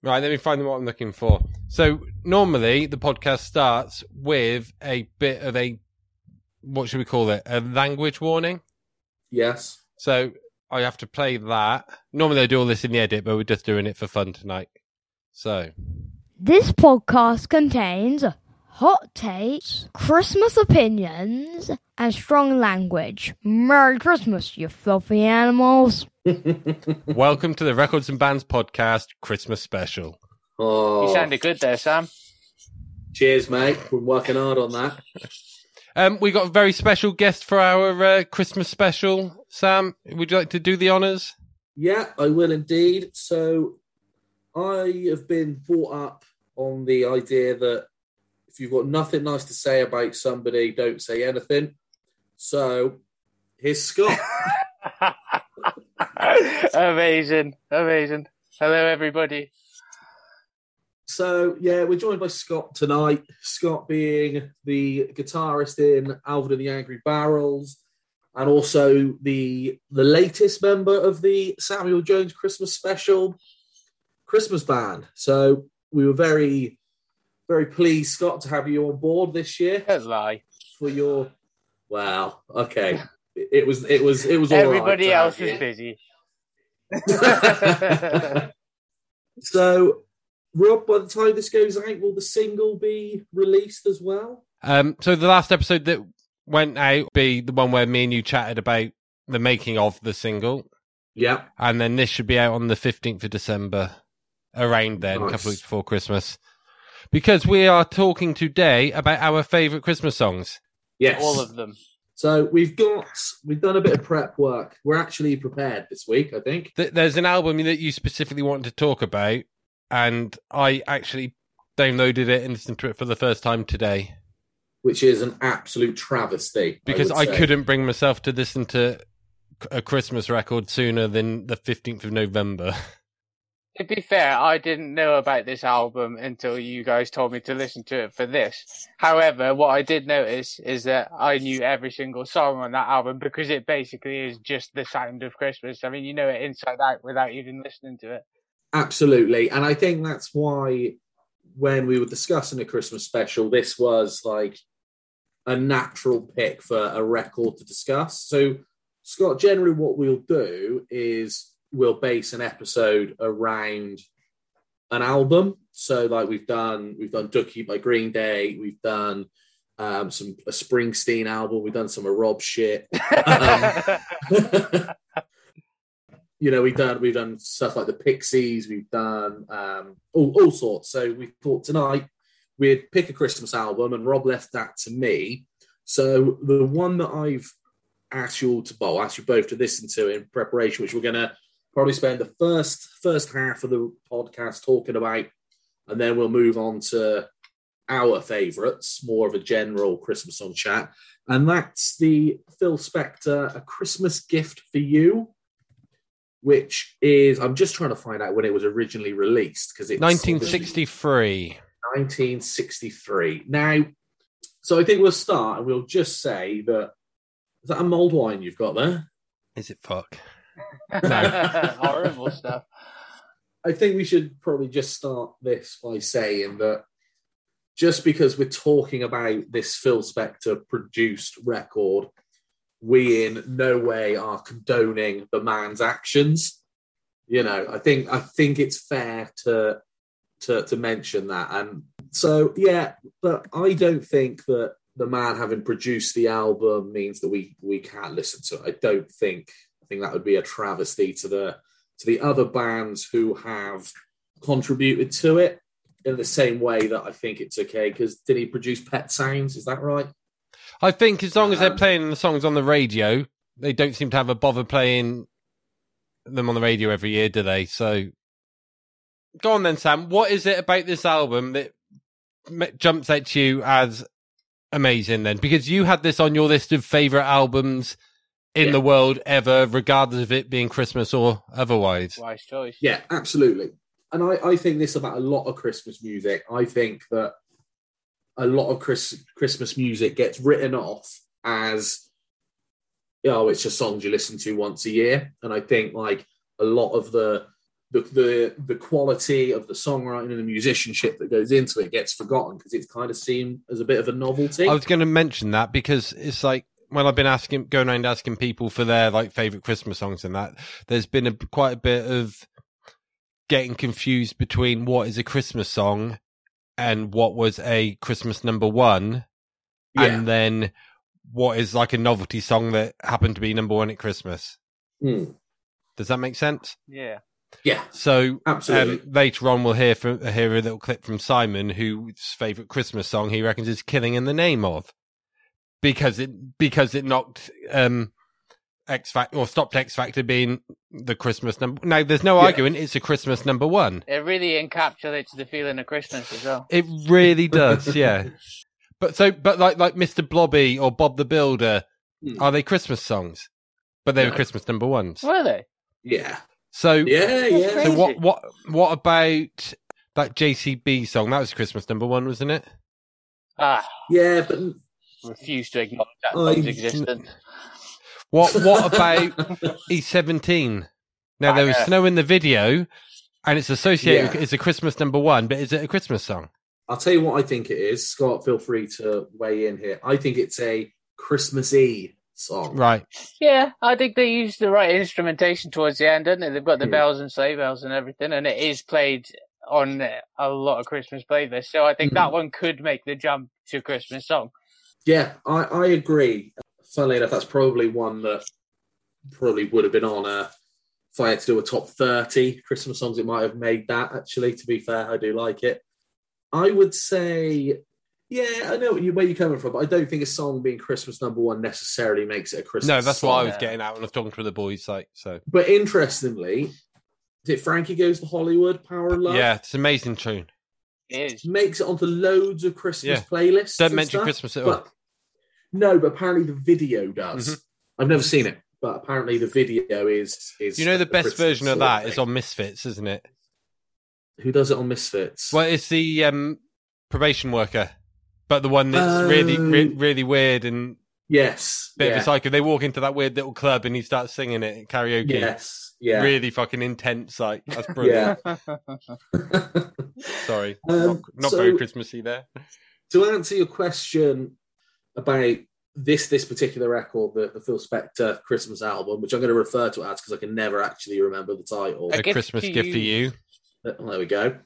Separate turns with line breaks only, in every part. Right, let me find what I'm looking for. So normally the podcast starts with a bit of a what should we call it? A language warning.
Yes.
So I have to play that. Normally I do all this in the edit, but we're just doing it for fun tonight. So
This podcast contains hot takes, Christmas opinions, and strong language. Merry Christmas, you filthy animals.
welcome to the Records and Bands podcast Christmas special.
oh,
You sounded good there, Sam.
cheers, mate. Been working hard on that.
Um, we got a very special guest for our uh, Christmas special. Sam, would you like to do the honors?
Yeah, I will indeed. So I have been brought up on the idea that if you've got nothing nice to say about somebody, don't say anything. So here's Scott.
amazing, amazing. Hello, everybody.
so yeah, we're joined by Scott tonight. Scott being the guitarist in Alvin and the Angry Barrels, and also the the latest member of the Samuel Jones Christmas Special Christmas Band. So we were very, very pleased, Scott, to have you on board this year
Don't lie.
for your. Wow. Okay. It it was. It was. It was. all right
Everybody
to have
else
you.
is busy.
so, Rob, by the time this goes out, will the single be released as well?
Um, so the last episode that went out be the one where me and you chatted about the making of the single,
Yeah.
and then this should be out on the fifteenth of December, around then, a
Nice.
couple of weeks before Christmas, because we are talking today about our favourite Christmas songs.
Yes.
All of them.
So we've got we've done a bit of prep work. We're actually prepared this week, I think.
Th- there's an album that you specifically wanted to talk about, and I actually downloaded it and listened to it for the first time today
Which is an absolute travesty.
because
would
I,
say.
couldn't bring myself to listen to a Christmas record sooner than the fifteenth of November.
To be fair, I didn't know about this album until you guys told me to listen to it for this. However, what I did notice is that I knew every single song on that album because it basically is just the sound of Christmas. I mean, you know it inside out without even listening to it.
Absolutely. And I think that's why when we were discussing a Christmas special, this was like a natural pick for a record to discuss. So, Scott, generally what we'll do is we'll base an episode around an album. So like we've done we've done Dookie by Green Day, we've done um some a Springsteen album, we've done some of Rob shit. Um, you know, we've done we've done stuff like the Pixies, we've done um, all, all sorts. So we thought tonight we'd pick a Christmas album, and Rob left that to me. So the one that I've asked you all to, well, asked you both to listen to in preparation, which we're gonna probably spend the first first half of the podcast talking about, and then we'll move on to our favourites, more of a general Christmas song chat and that's the Phil Spector A Christmas Gift for You, which is I'm just trying to find out when it was originally released because it's
Nineteen sixty-three.
1963. Now, so I think we'll start and we'll just say that is that a mulled wine you've got there?
Is it fuck?
Horrible stuff.
I think we should probably just start this by saying that just because we're talking about this Phil Spector produced record, we in no way are condoning the man's actions. You know, I think I think it's fair to to to mention that. And so yeah, but I don't think that the man having produced the album means that we we can't listen to it. I don't think I think that would be a travesty to the to the other bands who have contributed to it in the same way that I think it's okay because did he produce Pet Sounds? Is that right?
I think as long as they're
Um,
playing the songs on the radio, they don't seem to have a bother playing them on the radio every year, do they? So, go on then, Sam. What is it about this album that m- jumps at you as amazing? Then, because you had this on your list of favorite albums in
Yeah.
the world ever, regardless of it being Christmas or otherwise.
Wise choice.
Yeah, absolutely. And I, I think this about a lot of Christmas music. I think that a lot of Chris, Christmas music gets written off as, oh, it's just songs you listen to once a year. And I think like a lot of the the, the the quality of the songwriting and the musicianship that goes into it gets forgotten because it's kind of seen as a bit of a novelty.
I was going to mention that because it's like when I've been asking, going around asking people for their like favorite Christmas songs and that, there's been a, quite a bit of getting confused between what is a Christmas song and what was a Christmas number one,
Yeah.
and then what is like a novelty song that happened to be number one at Christmas.
Mm.
Does that make sense?
Yeah.
Yeah,
So
absolutely.
um, later on, we'll hear from hear a little clip from Simon, whose favourite Christmas song he reckons is "Killing in the Name of," because it because it knocked um, X Factor or stopped X Factor being the Christmas number. Now, there's no
Yeah.
arguing; it's a Christmas number one.
It really encapsulates the feeling of Christmas as well.
It really does, yeah. But so, but like like Mr. Blobby or Bob the Builder,
Hmm.
are they Christmas songs? But they were
No.
Christmas number ones.
Were they?
yeah,
So
yeah, yeah.
So
Crazy.
what what what about that JCB song? That was Christmas number one, wasn't it?
Ah,
Yeah, but
refuse to acknowledge that
I-
song's existence.
What what about E seventeen? Now there was
Yeah.
snow in the video, and it's associated.
Yeah.
with It's a Christmas number one, but is it a Christmas song?
I'll tell you what I think it is. Scott, feel free to weigh in here. I think it's a Christmassy song.
Right.
Yeah, I think they used the right instrumentation towards the end, didn't they? They've got the
Hmm.
bells and sleigh bells and everything, and it is played on a lot of Christmas playlists. So I think
Mhm.
that one could make the jump to Christmas song.
Yeah, I, I agree. Funnily enough, that's probably one that probably would have been on a. If I had to do a top 30 Christmas songs, it might have made that actually. To be fair, I do like it. I would say, yeah, I know what you, where you're coming from, but I don't think a song being Christmas number one necessarily makes it a Christmas
No, that's what I
song.
was
yeah.
getting at when I was talking to the boys. Like so.
But interestingly, did Frankie Goes to Hollywood, Power and Love?
Yeah, it's an amazing tune.
It is.
makes it onto loads of Christmas
Yeah.
playlists.
Don't
and
mention
stuff,
Christmas at all.
but- no, but apparently the video does. I've never seen it, but apparently the video is is.
Mm-hmm. you know the best
Christmas
version of
sort
that is
thing.
on Misfits, isn't it?
Who does it on Misfits?
Well, it's the um, probation worker, but the one that's really re-
Oh.
really weird and
yes,
bit of
yeah,
a psycho. They walk into that weird little club and he starts singing it at karaoke.
yes, yeah.
Really fucking intense. Like that's brilliant. Sorry, not,
Um,
not
so-
very Christmassy there.
to answer your question about this this particular record, the, the Phil Spector Christmas album, which I'm going to refer to as because I can never actually remember the title. Oh,
A,
A gift
Christmas
to
gift
you.
for you.
There we go.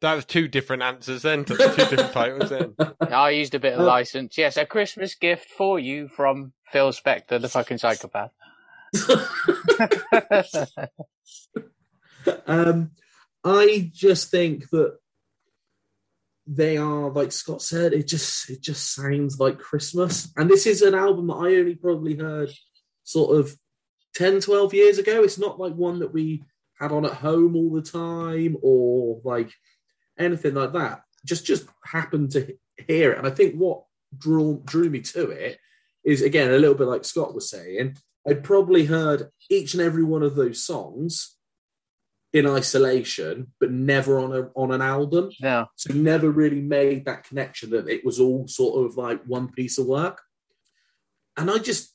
That was two different answers then. Two different titles then.
I used a bit of
Uh,
license. Yes, a Christmas gift for you from Phil Spector, the fucking psychopath.
um, I just think that they are like Scott said. It just it just sounds like Christmas, and this is an album that I only probably heard sort of 10, 12 years ago. It's not like one that we had on at home all the time or like anything like that. Just just happened to hear it, and I think what drew drew me to it is again a little bit like Scott was saying. I'd probably heard each and every one of those songs in isolation, but never on a on an album.
no.
So never really made that connection that it was all sort of like one piece of work. And I just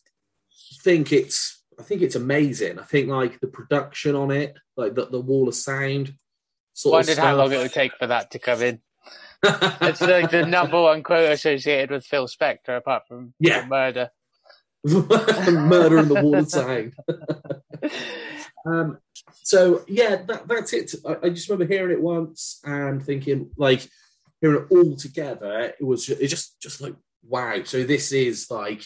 think it's I think it's amazing. I think like the production on it, like the, the wall of sound. Sort
Wondered how long it would
stuff.
take for that to come in. It's like the number one quote associated with Phil Spector, apart from
Yeah.
the murder.
Murder in the wall of sound. Um, so yeah, that, that's it. I, I just remember hearing it once and thinking, like, hearing it all together, it was ju- it just just like wow. So this is like,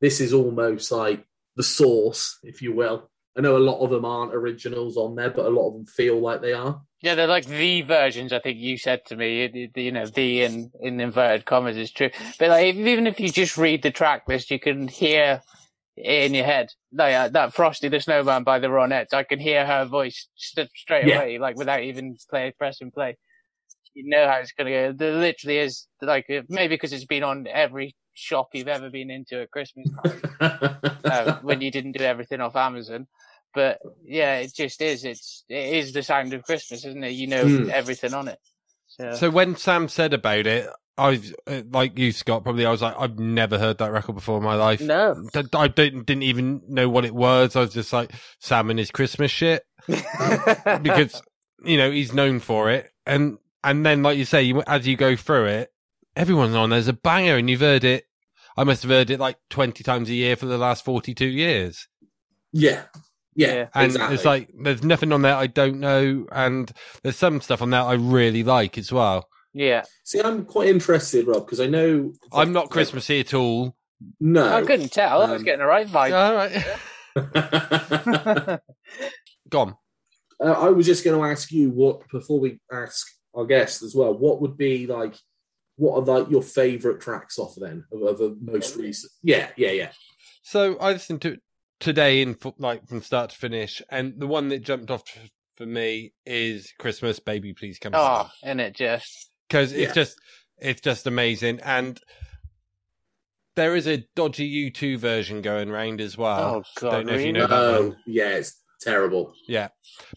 this is almost like the source, if you will. I know a lot of them aren't originals on there, but a lot of them feel like they are.
Yeah, they're like the versions. I think you said to me, It- it- you know, the in in inverted commas is true. But like, if- even if you just read the track list, you can hear it in your head. Like uh, that Frosty the Snowman by the Ronettes, I can hear her voice st- straight
Yeah.
away, like without even play press and play. You know how it's gonna go. There literally is like uh, maybe because it's been on every shop you've ever been into at Christmas uh, when you didn't do everything off Amazon. But yeah, it just is. It's it is the sound of Christmas, isn't it? You know
Hmm.
everything on it. So,
So when Sam said about it, I've uh, like you, Scott. Probably I was like, I've never heard that record before in my life.
No.
D- I didn't didn't even know what it was. I was just like, Salmon is Christmas shit because you know he's known for it. And and then like you say, you, as you go through it, everyone's on there's a banger, and you've heard it. I must have heard it like twenty times a year for the last forty two years.
Yeah. Yeah.
Yeah.
And
exactly.
it's like there's nothing on there I don't know, and there's some stuff on there I really like as well.
yeah.
See, I'm quite interested, Rob, because I know
I'm not Christmassy at all.
No.
I couldn't tell. I was
Um,
getting the right vibe.
All right, gone.
Uh, I was just going to ask you what before we ask our guests as well. What would be like? What are like your favorite tracks off then of, of the most recent? Yeah, yeah, yeah.
So I listened to it today in fu- like from start to finish, and the one that jumped off f- for me is Christmas Baby Please Come
Oh, in it just.
because
Ah, yeah.
it's just it's just amazing, and there is a dodgy U2 version going round as well.
Oh, God.
Uh, don't know if you
really?
know that
Oh,
one.
yeah, it's terrible.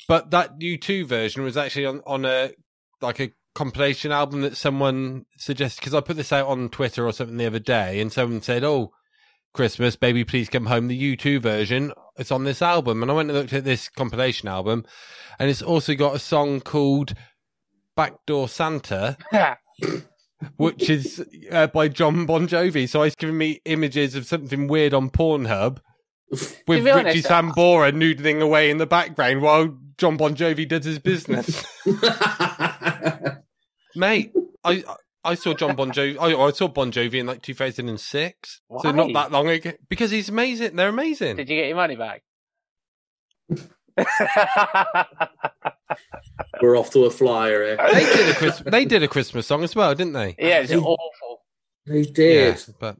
But that U2 version was actually on on a like a compilation album that someone suggested because I put this out on Twitter or something the other day, and someone said, "Oh, Christmas, baby, please come home." The U2 version it's on this album, and I went and looked at this compilation album, and it's also got a song called "Backdoor Santa." Which is uh, by John Bon Jovi. So he's giving me images of something weird on Pornhub with
be honest,
Richie
uh,
Sambora noodling away in the background while John Bon Jovi does his business. Mate, I I saw John Bon Jovi. I, I saw Bon Jovi in like 2006, so
Why?
not that long ago. Because he's amazing. They're amazing.
Did you get your money back?
We're off to a flyer here.
they did a Christ- they did a Christmas song as well, didn't they?
yeah, it's awful.
They did.
Yeah, but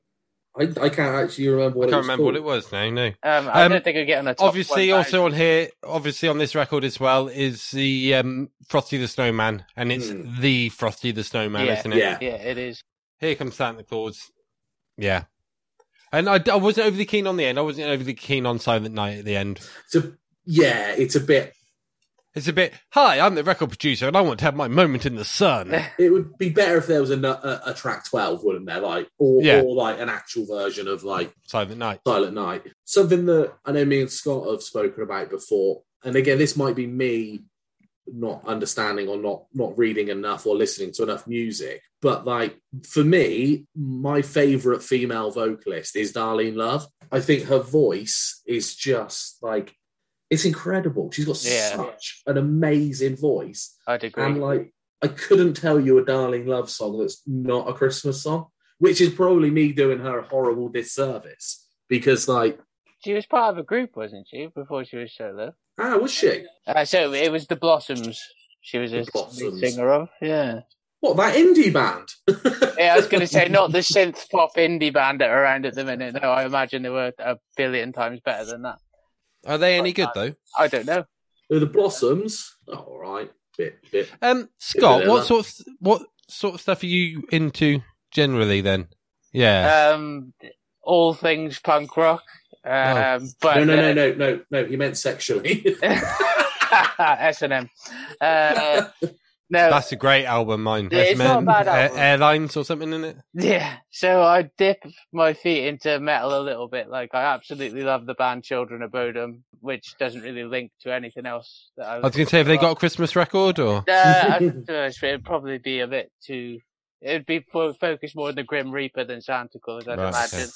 I, I can't actually remember
I
what
can't
it was
remember what it
called.
was. No, no.
Um, I
Um,
don't think I get on a top
Obviously,
1,000.
also on here, obviously on this record as well is the um, Frosty the Snowman, and it's
Hmm.
the Frosty the Snowman,
Yeah.
isn't it?
Yeah.
Yeah, it is.
Here comes Santa Claus. Yeah. And I, I wasn't overly keen on the end. I wasn't overly keen on Silent Night at the end.
It's a, yeah, it's a bit.
It's a bit, hi, I'm the record producer and I want to have my moment in the sun.
It would be better if there was a, nu- a, a track twelve, wouldn't there? Like or,
Yeah.
or like an actual version of like
Silent night.
Silent Night. Something that I know me and Scott have spoken about before, and again, this might be me not understanding or not not reading enough or listening to enough music, but like for me, my favorite female vocalist is Darlene Love. I think her voice is just like it's incredible. She's got
Yeah.
such an amazing voice.
I'd agree.
And like, I couldn't tell you a Darling Love song that's not a Christmas song, which is probably me doing her a horrible disservice because, like,
she was part of a group, wasn't she, before she was solo?
ah, was she?
Uh, so it was the Blossoms. She was a
The Blossoms.
singer of. Yeah.
What, that indie band?
Yeah, I was going to say not the synth pop indie band that are around at the minute. No, I imagine they were a billion times better than that.
Are they any good though?
I don't know.
Oh, the Blossoms. Oh, all right. Bit, bit.
Um, Scott,
Yeah,
what
that-
sort of, what sort of stuff are you into generally then? Yeah. Oh.
Um, all things punk rock. Um, but
No, no,
uh,
no, no, no, no. He meant sexually.
S and M. Uh, no,
That's a great album, mine.
Yeah, it's not a bad
Air-
album.
Airlines or something in it.
yeah. So I dip my feet into metal a little bit. Like I absolutely love the band Children of Bodom, which doesn't really link to anything else. That I,
I was going to say, have they got a Christmas record or?
Uh, I, to be honest, it'd probably be a bit too. It'd be fo- focused more on the Grim Reaper than Santa Claus, I'd
Right,
imagine.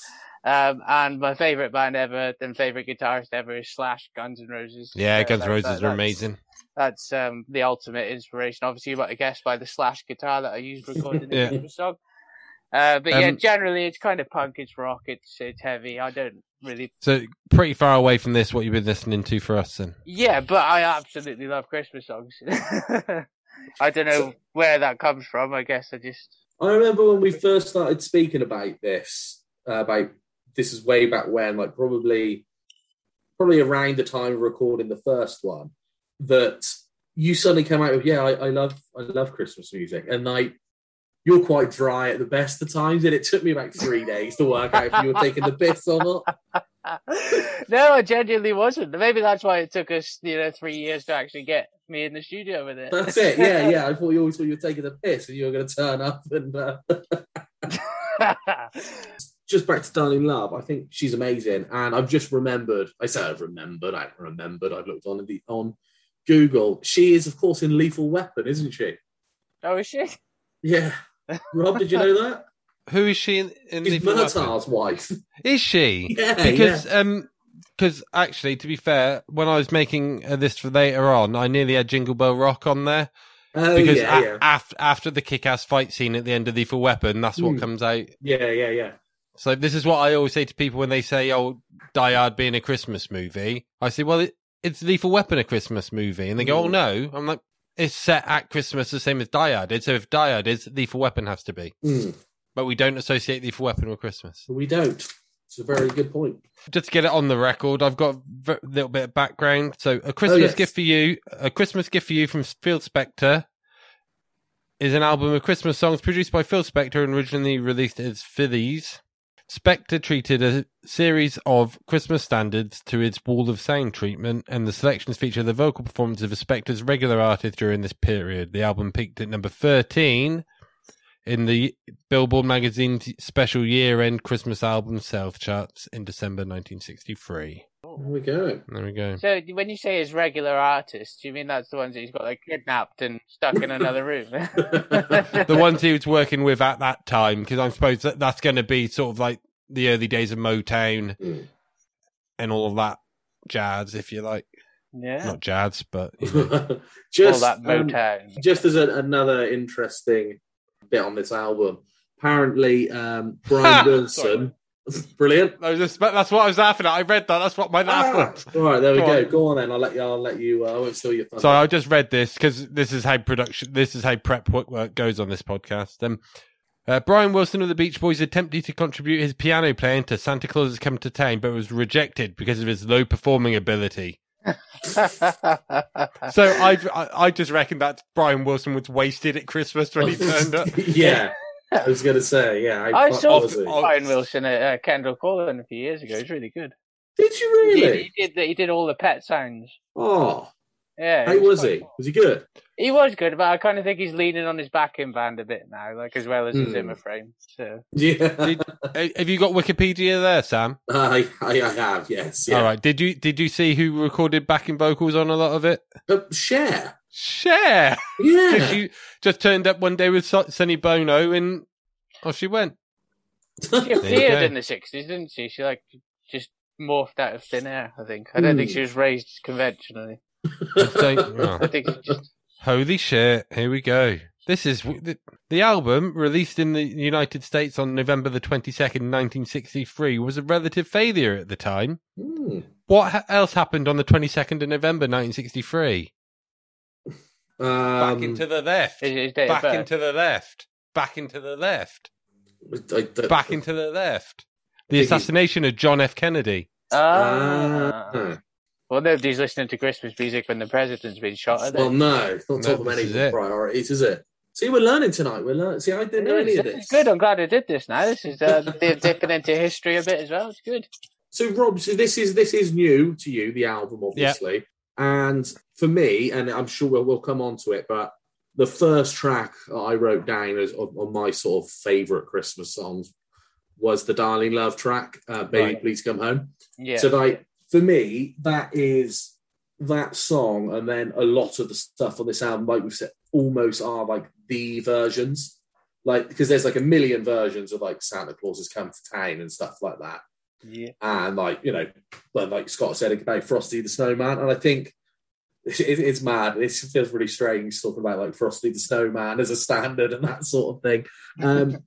Um, and my favorite band ever and favorite guitarist ever is Slash Guns N' Roses.
Yeah,
So
Guns N'
that-
Roses
that-
are
that's-
amazing.
That's um, the ultimate inspiration. Obviously, you might have guessed by the Slash guitar that I used recording the
Yeah.
Christmas song. Uh, but yeah,
Um,
generally it's kind of punk, it's rock, it's it's heavy. I don't really,
So pretty far away from this, what you've been listening to for us then.
yeah, but I absolutely love Christmas songs. I don't know where that comes from. I guess I just
I remember when we first started speaking about this, uh, about this is way back when, like probably, probably around the time of recording the first one, that you suddenly came out with, yeah, I, I love, I love Christmas music, and like you're quite dry at the best of times, and it took me about three days to work out if you were taking the piss or not.
no, I genuinely wasn't. Maybe that's why it took us, you know, three years to actually get me in the studio with it.
That's it. Yeah, yeah. I thought you always thought you were taking a piss and you were going to turn up. And uh, just back to Darling Love, I think she's amazing. And I've just remembered. I say I've remembered. I haven't remembered. I've looked on the on Google. She is, of course, in Lethal Weapon, isn't she?
oh, is she?
Yeah. Rob, did you know that?
Who is she in, in
She's
Lethal Weapon?
Murtaugh's wife.
Is she?
Yeah,
because um because actually to be fair when i was making a list for later on i nearly had jingle bell rock on there
Oh,
because
yeah,
a-
yeah.
af- after the kick-ass fight scene at the end of lethal weapon that's what
Hmm.
comes out
yeah, yeah, yeah.
so this is what i always say to people when they say oh die hard being a christmas movie i say well it, it's lethal weapon a christmas movie and they go
Hmm.
oh no i'm like it's set at christmas the same as die hard is so if die hard is lethal weapon has to be
Mm,
but we don't associate lethal weapon with christmas
we don't. It's a very good point.
just to get it on the record, I've got a v- little bit of background. So, a Christmas
yes.
gift for you, a Christmas gift for you from Phil Spector, is an album of Christmas songs produced by Phil Spector and originally released as Phillies. Spector treated a series of Christmas standards to its Wall of Sound treatment, and the selections feature the vocal performance of Spector's regular artists during this period. The album peaked at number 13 in the Billboard magazine's special year-end Christmas album sales charts in December 1963.
There we go.
There we go.
So when you say his regular artists, do you mean that's the ones that he's got like kidnapped and stuck in another room?
The ones he was working with at that time, because I suppose that that's going to be sort of like the early days of Motown
Mm.
and all of that jazz, if you like.
yeah.
Not jazz, but you know.
just
All that
um,
Motown.
just as a, another interesting bit on this album, apparently um,
Ha!
Brian Wilson, brilliant.
I was just- that's what I was laughing at. I read that. That's what my laugh
Ah!
was.
All right, there we
Go
go.
on.
Go on then. I'll let you. I'll let you. Uh, I won't steal your thunder.
So I just read this because this is how production, this is how prep work, work goes on this podcast. Um, uh, Brian Wilson of the Beach Boys attempted to contribute his piano playing to Santa Claus Has Come to Town, but was rejected because of his low performing ability.
Uh.
So I, I, I just reckon that Brian Wilson was wasted at Christmas when he turned up.
yeah, I was gonna say. Yeah,
I saw
was it?
Oh.
Brian Wilson at uh, Kendall Corlin a few years ago. It's really good.
Did you
He-
really?
He, did. He did all the pet sounds.
Oh,
Yeah. it
how was
quite
he?
cool.
Was he good?
He was good, but I kind of think he's leaning on his backing band a bit now, like as well as his
Hmm.
Zimmer frame. So
Yeah,
Did- Uh, Have you got Wikipedia there, Sam?
I, I, I have. Yes. Yeah.
All right. Did you did you see who recorded backing vocals on a lot of it?
Uh, share.
Cher.
Yeah.
She just turned up one day with Son- Sonny Bono and off she went.
she
you
appeared
go.
in the sixties, didn't she? She like just morphed out of thin air. I think. I don't think
Hmm.
she was raised conventionally.
So- oh.
I think she just
Holy shit, here we go. This is the, the album released in the United States on November the 22nd, 1963 was a relative failure at the time.
Hmm.
What ha- else happened on the 22nd of November 1963? Back
Um,
into the left.
is his date
Back
of birth.
into the left. Back into the left.
I- I-
Back into the left. The
Biggie.
assassination of John F. Kennedy.
Ah.
Ah.
Well, nobody's listening to Christmas music when the president's been shot. Are they?
Well, no, it's not
No,
top of
this
any
is it.
priorities, is it? See, we're learning tonight. We're learning. See, I didn't know any of
This
this.
is good. I'm glad I did this. Now this is uh, di- dipping into history a bit as well. It's good.
So, Rob, so this is this is new to you, the album, obviously, and for me, and I'm sure we'll, we'll come on to it, but the first track I wrote down as on, on my sort of favorite Christmas songs was the "Darling Love" track, uh, "Baby
Right.
Please Come Home."
Yeah.
So, like for me, that is that song, and then a lot of the stuff on this album, like we said, almost are like the versions, like because there's like a million versions of like Santa Claus has come to town and stuff like that
yeah.
and like you know, but like Scott said about Frosty the Snowman, and I think it, it's mad. It feels really strange talking about like Frosty the Snowman as a standard and that sort of thing. Um,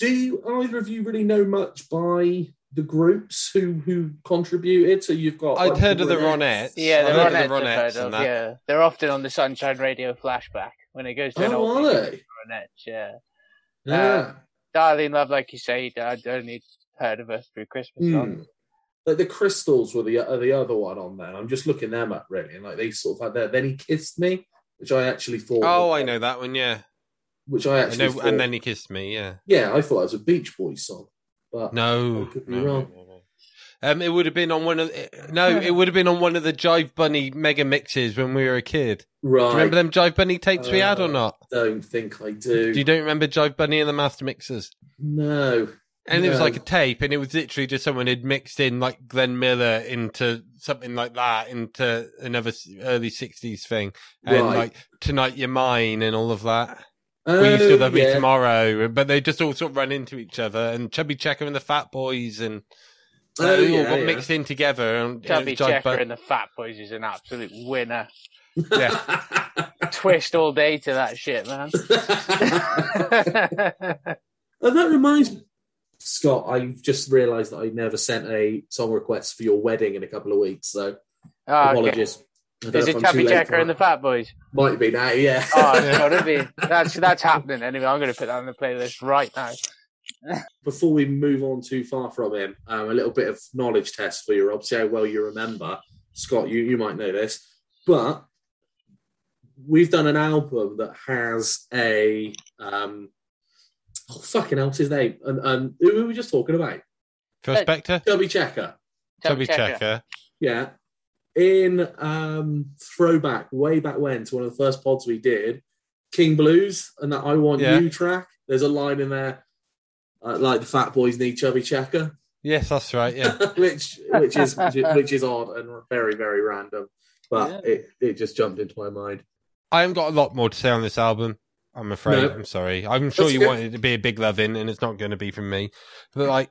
do you, either of you really know much by the groups who who contributed? So you've got
I'd
like,
heard of the
Ronettes.
Ronettes.
Yeah,
I've
they're
heard
on
of
it.
the Ronettes and that.
Yeah, they're often on the Sunshine Radio flashback when it goes to an
Oh,
old
are
people
they?
Ronettes. Yeah,
Yeah.
Darling Love, like you say, I'd only heard of us through Christmas. songs.
Hmm. Like the crystals were the are the other one on there. I'm just looking them up really, and like they sort of had that. Then he kissed me, which I actually thought.
Oh, I know that one, yeah.
Which I
I
actually
know,
thought,
and then he kissed me, yeah.
Yeah, I thought it was a Beach Boys song, but
No.
I Oh, could be
no,
wrong.
no, no, no. Um, it would have been on one of no,
Hmm.
it would have been on one of the Jive Bunny mega mixes when we were a kid.
Right.
Do you remember them Jive Bunny tapes we had or
Uh,
not?
Don't think I do.
Do you don't remember Jive Bunny and the Master Mixers?
no.
And it was
No.
like a tape, and it was literally just someone had mixed in like Glenn Miller into something like that, into another s- early '60s thing, and
Right.
like "Tonight You're Mine" and all of that.
Oh,
we used to love me
yeah.
tomorrow, but they just all sort of run into each other, and Chubby Checker and the Fat Boys, and uh,
Oh,
they all
yeah,
got
yeah.
mixed in together. And, and
Chubby
it was Jive
Checker
Bunny.
and the Fat Boys is an absolute winner.
yeah.
Twist all day to that shit, man.
Oh, that reminds me, Scott. I've just realised that I never sent a song request for your wedding in a couple of weeks, so
Ah, okay.
apologies. I don't
Is
know if
it
I'm too
Chubby
late
Checker
for
and the
that.
Fat Boys?
Might be now, yeah.
Oh, it's gotta be. That's that's happening anyway. I'm gonna put that on the playlist right now.
Before we move on too far from him, um, a little bit of knowledge test for you, Rob. See how well you remember. Scott, you, you might know this, but we've done an album that has a. Um, oh, fucking hell, what's his name? And, and who were we just talking about?
Prospector,
Kirby Checker.
Chubby Checker.
Yeah. In um throwback, way back when to one of the first pods we did, King Blues and that I Want
Yeah.
You track, there's a line in there uh, like the fat boys need chubby checker,
Yes, that's right. Yeah.
which which is which is odd and very very random, but it, it just jumped into my mind.
I haven't got a lot more to say on this album. I'm afraid.
No.
I'm sorry. I'm sure
That's
you
okay.
wanted it to be a big loving, and it's not going to be from me. But like,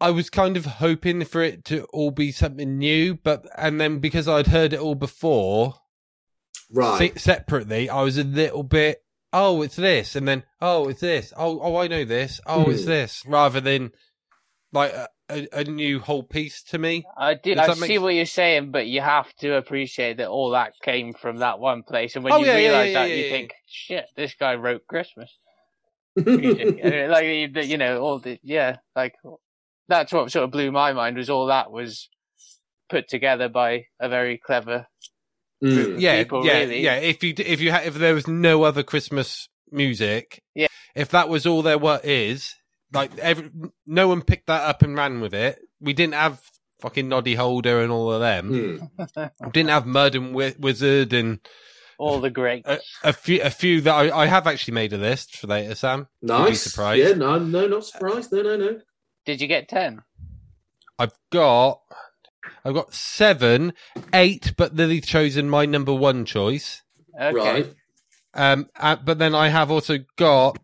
I was kind of hoping for it to all be something new, but and then because I'd heard it all before
Right,
se- separately, I was a little bit. Oh, it's this, and then oh, it's this. Oh, oh, I know this. Oh, it's
Hmm.
this, rather than like a, a, a new whole piece to me.
I do.
Does
I
that make
see what you're saying, but you have to appreciate that all that came from that one place. And when
Oh,
you
yeah, yeah,
realize
yeah,
that,
yeah,
you
yeah.
think, "Shit, this guy wrote Christmas."
Hmm.
music. like you you know, all the yeah, like that's what sort of blew my mind was all that was put together by a very clever.
Mm.
yeah,
people,
yeah,
really.
yeah. If you d- if you had if there was no other Christmas music,
Yeah.
if that was all there were is like every no one picked that up and ran with it. We didn't have fucking Noddy Holder and all of them.
Mm.
We didn't have Mud and Wi- Wizard and
All the great.
a, a few a few that I, I have actually made a list for later, Sam. You'd be
Nice.
surprised.
Yeah, no, no, not surprised. No, no, no.
Did you get ten?
I've got I've got seven, eight, but Lily's chosen my number one choice.
Okay.
Right.
Um, uh, but then I have also got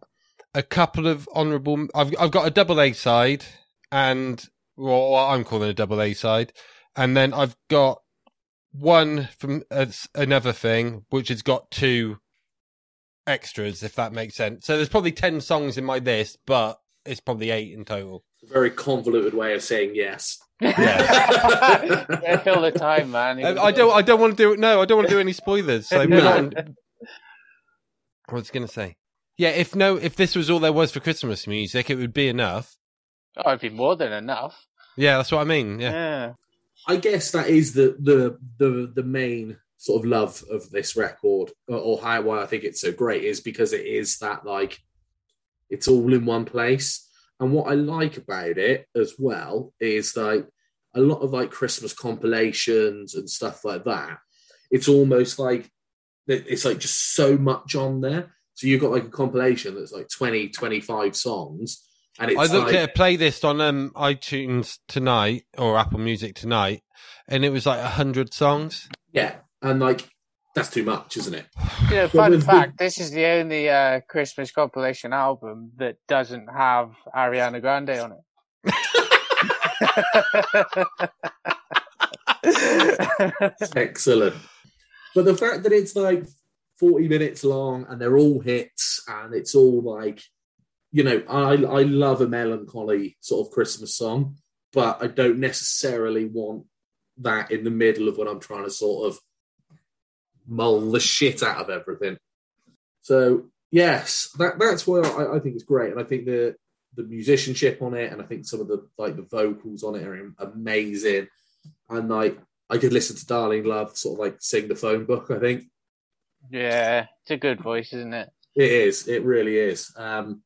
a couple of honourable. I've I've got a double A side, and well, what I'm calling a double A side, and then I've got one from uh, s- another thing, which has got two extras, if that makes sense. So there's probably ten songs in my list, but it's probably eight in total.
Very convoluted way of saying yes.
yeah, fill the time, man.
Um, I don't I don't want to do it. No, I don't want to do any spoilers. So we're not on- I was going to say. Yeah, if no, if this was all there was for Christmas music, it would be enough.
Oh, it'd be more than enough.
Yeah, that's what I mean. Yeah.
Yeah.
I guess that is the the the the main sort of love of this record, or- or how why I think it's so great is because it is that like it's all in one place. And what I like about it as well is like a lot of like Christmas compilations and stuff like that. It's almost like that it's like just so much on there. So you've got like a compilation that's like 20, 25 songs. And it's
I looked
like,
at a playlist on um, iTunes tonight or Apple Music tonight, and it was like hundred songs.
yeah. And like, that's too much, isn't it?
You know,
But
fun
with the-
fact: this is the only uh, Christmas compilation album that doesn't have Ariana Grande on it.
Excellent. But the fact that it's like 40 minutes long and they're all hits and it's all like, you know, I, I love a melancholy sort of Christmas song, but I don't necessarily want that in the middle of when I'm trying to sort of mull the shit out of everything. So, yes, that, that's where I, I think it's great. And I think the, the musicianship on it and I think some of the like the vocals on it are amazing. And like I could listen to Darling Love sort of like sing the phone book, I think.
yeah, it's a good voice, isn't it?
It is. It really is. Um,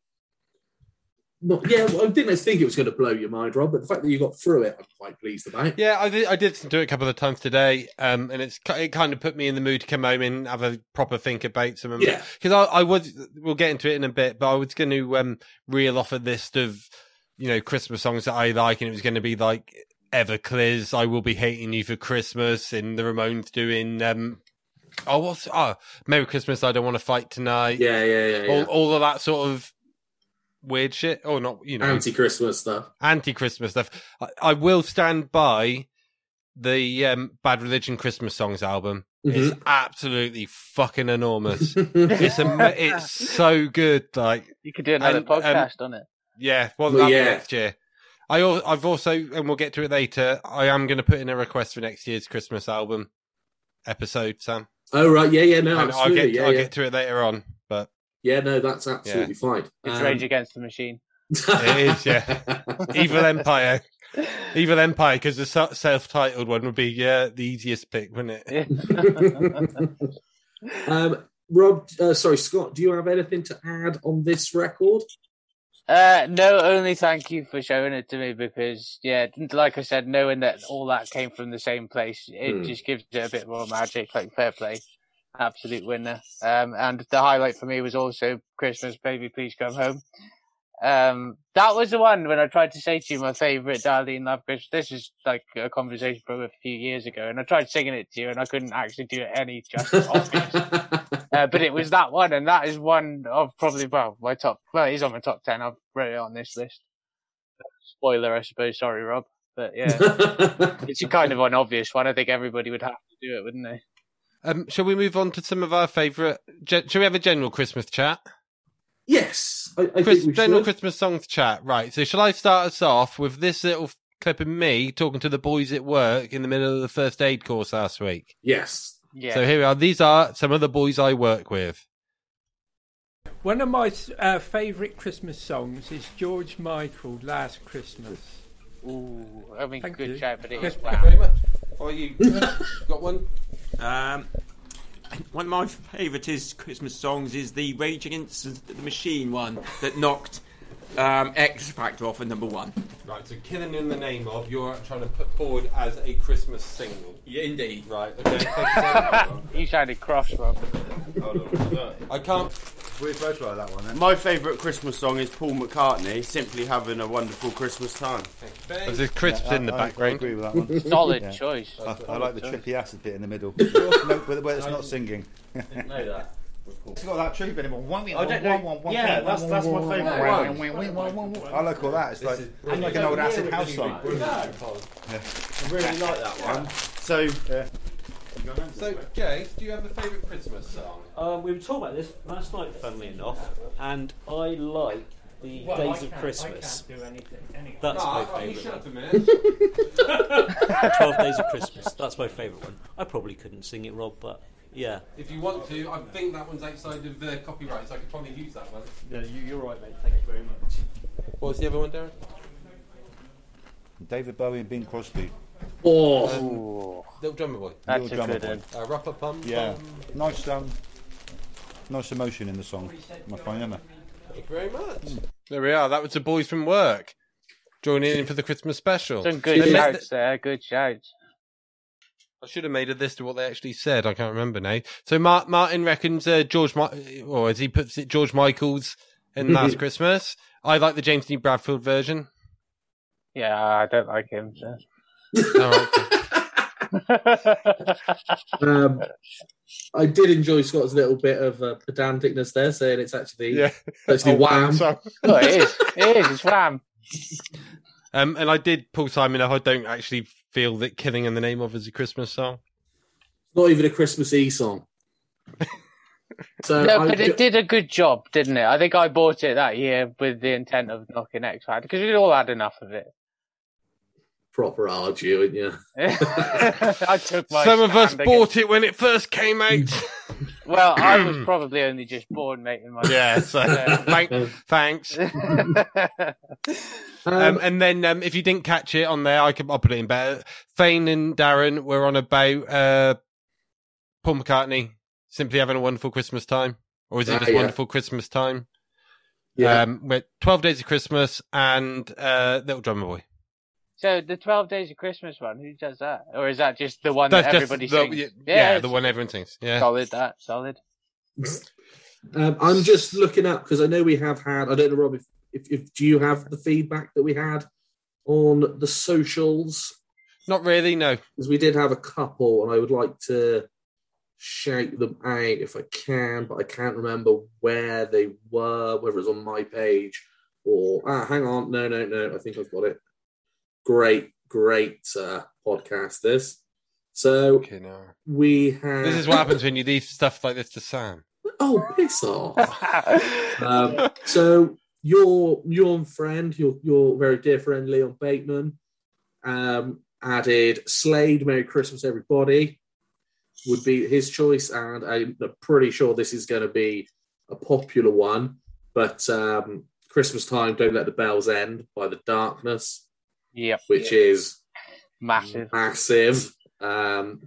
not, yeah, well, I didn't think it was going to blow your mind, Rob, but the fact that you got through it, I'm quite pleased about.
Yeah, I did, I did do it a couple of times today, um, and it's ki- it kind of put me in the mood to come home and have a proper think about some. Because
Yeah,
I, I was, we'll get into it in a bit, but I was going to um, reel off a list of you know Christmas songs that I like, and it was going to be like Everclear's "I Will Be Hating You for Christmas" and the Ramones doing um, oh what's oh Merry Christmas, I Don't Want to Fight Tonight,
yeah, yeah, yeah.
all
yeah.
all of that sort of weird shit. Oh, not you know
Anti-Christmas stuff.
anti-Christmas stuff. I, I will stand by the um, Bad Religion Christmas songs album. It's
Mm-hmm.
absolutely fucking enormous. it's am- it's so good. Like
You could do another
And, um,
podcast on it.
yeah, well,
Well,
that'll be
yeah.
next year. I al- I've also, and we'll get to it later. I am going to put in a request for next year's Christmas album episode, Sam.
oh right, yeah, yeah, no,
and I'll
absolutely,
get
yeah,
I'll
yeah.
get to it later on, but
yeah, no, that's absolutely fine.
It's
Um,
Rage Against the Machine.
It is, yeah. Evil Empire, Evil Empire, because the se- self-titled one would be yeah the easiest pick, wouldn't it?
um, Rob, uh, sorry, Scott, do you have anything to add on this record?
Uh, no, only thank you for showing it to me because, yeah, like I said, knowing that all that came from the same place, it
Hmm.
just gives it a bit more magic. Like fair play, absolute winner. Um, and the highlight for me was also Christmas, baby, please come home. Um, that was the one when I tried to say to you my favorite Darlene Love Christmas. This is like a conversation from a few years ago, and I tried singing it to you, and I couldn't actually do it any justice. obviously. Uh, but it was that one, and that is one of probably well my top. Well, it is on my top ten. I've wrote it on this list. Spoiler, I suppose. Sorry, Rob, but yeah, it's a kind of an obvious one. I think everybody would have to do it, wouldn't they?
Um, shall we move on to some of our favourite? Ge- shall we have a general Christmas chat?
yes, I, I
Chris,
think we
general
should.
Christmas songs chat. Right. So shall I start us off with this little f- clip of me talking to the boys at work in the middle of the first aid course last week?
Yes.
Yeah.
So here we are. These are some of the boys I work with.
One of my uh, favourite Christmas songs is George Michael, Last Christmas.
Ooh, I mean,
Thank
good
you.
shout, but it is
Thank you
wow.
very much.
Oh, you got one? Um, one of my favourite Christmas songs is the Rage Against the Machine one that knocked um, X Factor off at number one.
Right. So killing in the name of you're trying to put forward as a Christmas single.
Yeah, indeed.
Right. Okay.
You sounded cross, Rob.
I can't.
We both like that one. My favourite Christmas song is Paul McCartney, "Simply Having a Wonderful Christmas Time."
There's a crisps in the
I, I
background.
agree with that one.
Solid
Yeah.
choice.
I, I like the trippy acid bit in the middle, no, where, where it's not singing.
know that.
It's got that troop anymore.
I don't know. Yeah, that's- that's my favourite
I like all that. It's like, it's like an old acid house song.
I really like that one.
So, uh,
So, Jay, do you have a favourite Christmas song?
Um, we were talking about this last night, funnily enough, and I like the Days of Christmas. That's
Ah,
my favourite one.
a minute.
Twelve Days of Christmas. That's my favourite one. I probably couldn't sing it, Rob, but yeah.
If you want to, I think that one's outside of the copyright, so I could probably use that one.
No, you, you're right, mate. Thank you very much.
What was the other one, Darren?
David Bowie and Bing Crosby.
Oh,
Little Drummer Boy.
That's
Little
a
drummer
good one.
Uh, Rapa Pum.
Yeah, nice um, nice emotion in the song. My fine, isn't it?
Thank you very much. There we are. That was the boys from work joining in for the Christmas special.
Some
They
good
made-
shouts there. Good shouts.
I should have made a list of what they actually said. I can't remember now. So Mar- Martin reckons uh, George, Mi- or as he puts it, George Michael's in Last Christmas. I like the James Dean Bradfield version.
Yeah, I don't like him. So.
All right.
Oh,
um, I did enjoy Scott's little bit of uh, pedanticness there, saying it's actually
Yeah.
actually
Oh,
wham.
so-
oh, it is. It is. It's wham.
Um, and I did Paul Simon up. I don't actually feel that Killing in the Name of is a Christmas song.
Not even a Christmas E song. So
No,
I
but
ju-
it did a good job, didn't it? I think I bought it that year with the intent of knocking X Factor because we'd all had enough of it.
proper arguing, yeah.
I took my
Some of us
stand
bought it when it first came out.
against- Well, I was probably only just born, mate. In my
yeah, so thank, thanks. Um, and then um, if you didn't catch it on there, I can, I'll put it in better. Fane and Darren were on about uh, Paul McCartney simply having a wonderful Christmas time. Or is it
Ah,
just
yeah.
wonderful Christmas time?
Yeah.
Um, with 12 Days of Christmas and uh, Little Drummer Boy.
So the Twelve Days of Christmas one, who does that, or is that just the one that
just
everybody
the-
sings?
yeah,
Yeah,
yeah, the one everyone sings. Yeah.
solid. That solid.
Um, I'm just looking up because I know we have had. I don't know, Rob, if, if, if do you have the feedback that we had on the socials?
Not really, no.
Because we did have a couple, and I would like to shout them out if I can, but I can't remember where they were, whether it's on my page or ah, hang on, no, no, no, I think I've got it. Great, great uh, podcast this. So
Okay, no.
we have.
This is what happens when you leave stuff like this to Sam.
Oh, piss off. um, so your your friend, your your very dear friend Leon Bateman, um, added Slade "Merry Christmas, Everybody" would be his choice, and I'm pretty sure this is going to be a popular one. But um, Christmas time, don't let the bells end by the darkness,
Yep.
which is
massive.
massive. Um,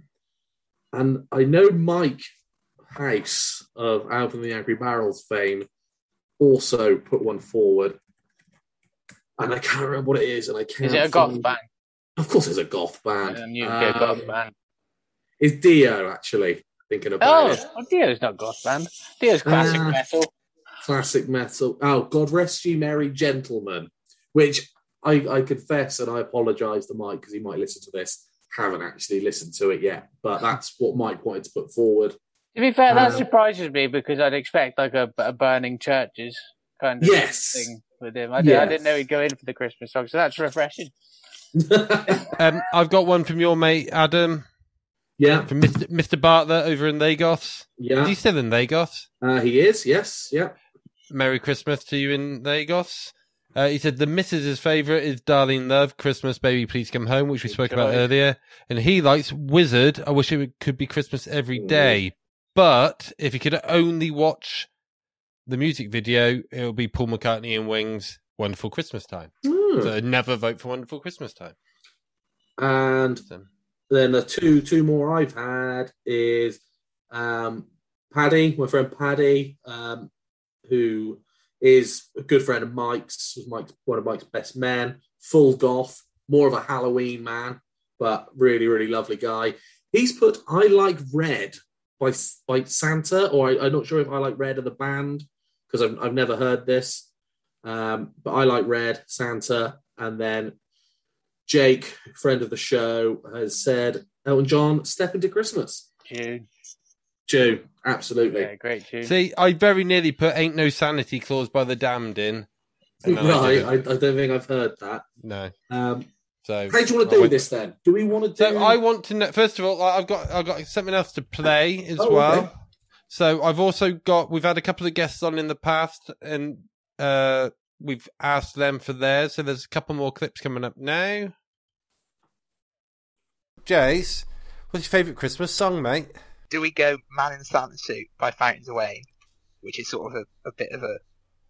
and I know Mike House of Out from the Angry Barrels fame also put one forward. And I can't remember what it is, and I can't.
Is it a goth
find-
band?
Of course, it's a goth band.
A new kid
Um,
goth band.
It's Dio actually thinking about
Oh,
it.
well, Dio's not goth band. Dio's classic
Ah.
metal.
Classic metal. Oh, God rest you, merry gentlemen. Which I, I confess, and I apologise to Mike because he might listen to this. Haven't actually listened to it yet, but that's what Mike wanted to put forward.
To be fair, that
Um,
surprises me because I'd expect like a, a burning churches kind of
Yes.
thing with him. I, did, I
Yes.
didn't know he'd go in for the Christmas song, so that's refreshing.
Um, I've got one from your mate Adam,
Yeah,
from Mr. Mr. Bartler over in Lagos. Is
yeah,
he still in Lagos?
uh, he is. Yes, yeah.
Merry Christmas to you in Lagos. Uh, he said the missus's favourite is Darling Love, Christmas Baby Please Come Home, which we spoke about
choice.
earlier. And he likes Wizard. I wish it would- could be Christmas every
Mm.
day. But if he could only watch the music video, it would be Paul McCartney and Wings, Wonderful Christmas Time.
Hmm.
So never vote for Wonderful Christmas Time.
And
So,
then the two two more I've had is um, Paddy, my friend Paddy, um, who is a good friend of Mike's, was Mike's one of Mike's best men, full goth, more of a Halloween man, but really really lovely guy. He's put "I Like Red" by by Santa, or I, I'm not sure if "I Like Red" are the band because I've I've never heard this, um, but "I Like Red" Santa, and then Jake, friend of the show, has said Elton John, Step into Christmas.
Tune.
Joe, absolutely.
Yeah, great tune.
see, I very nearly put Ain't No Sanity Clause by the Damned in. and then I
right,
didn't.
I, I don't think I've heard that.
No.
Um,
So
how do you want
I
to do
went-
this then? Do we want to do?
So I want to know. First of all, I- I've got I've got something else to play as
Oh,
well.
okay.
So I've also got we've had a couple of guests on in the past, and uh, we've asked them for theirs. So there's a couple more clips coming up now. Jace, what's your favourite Christmas song, mate?
do we go Man in Santa Suit by Fountains of Wayne, which is sort of a, a bit of a,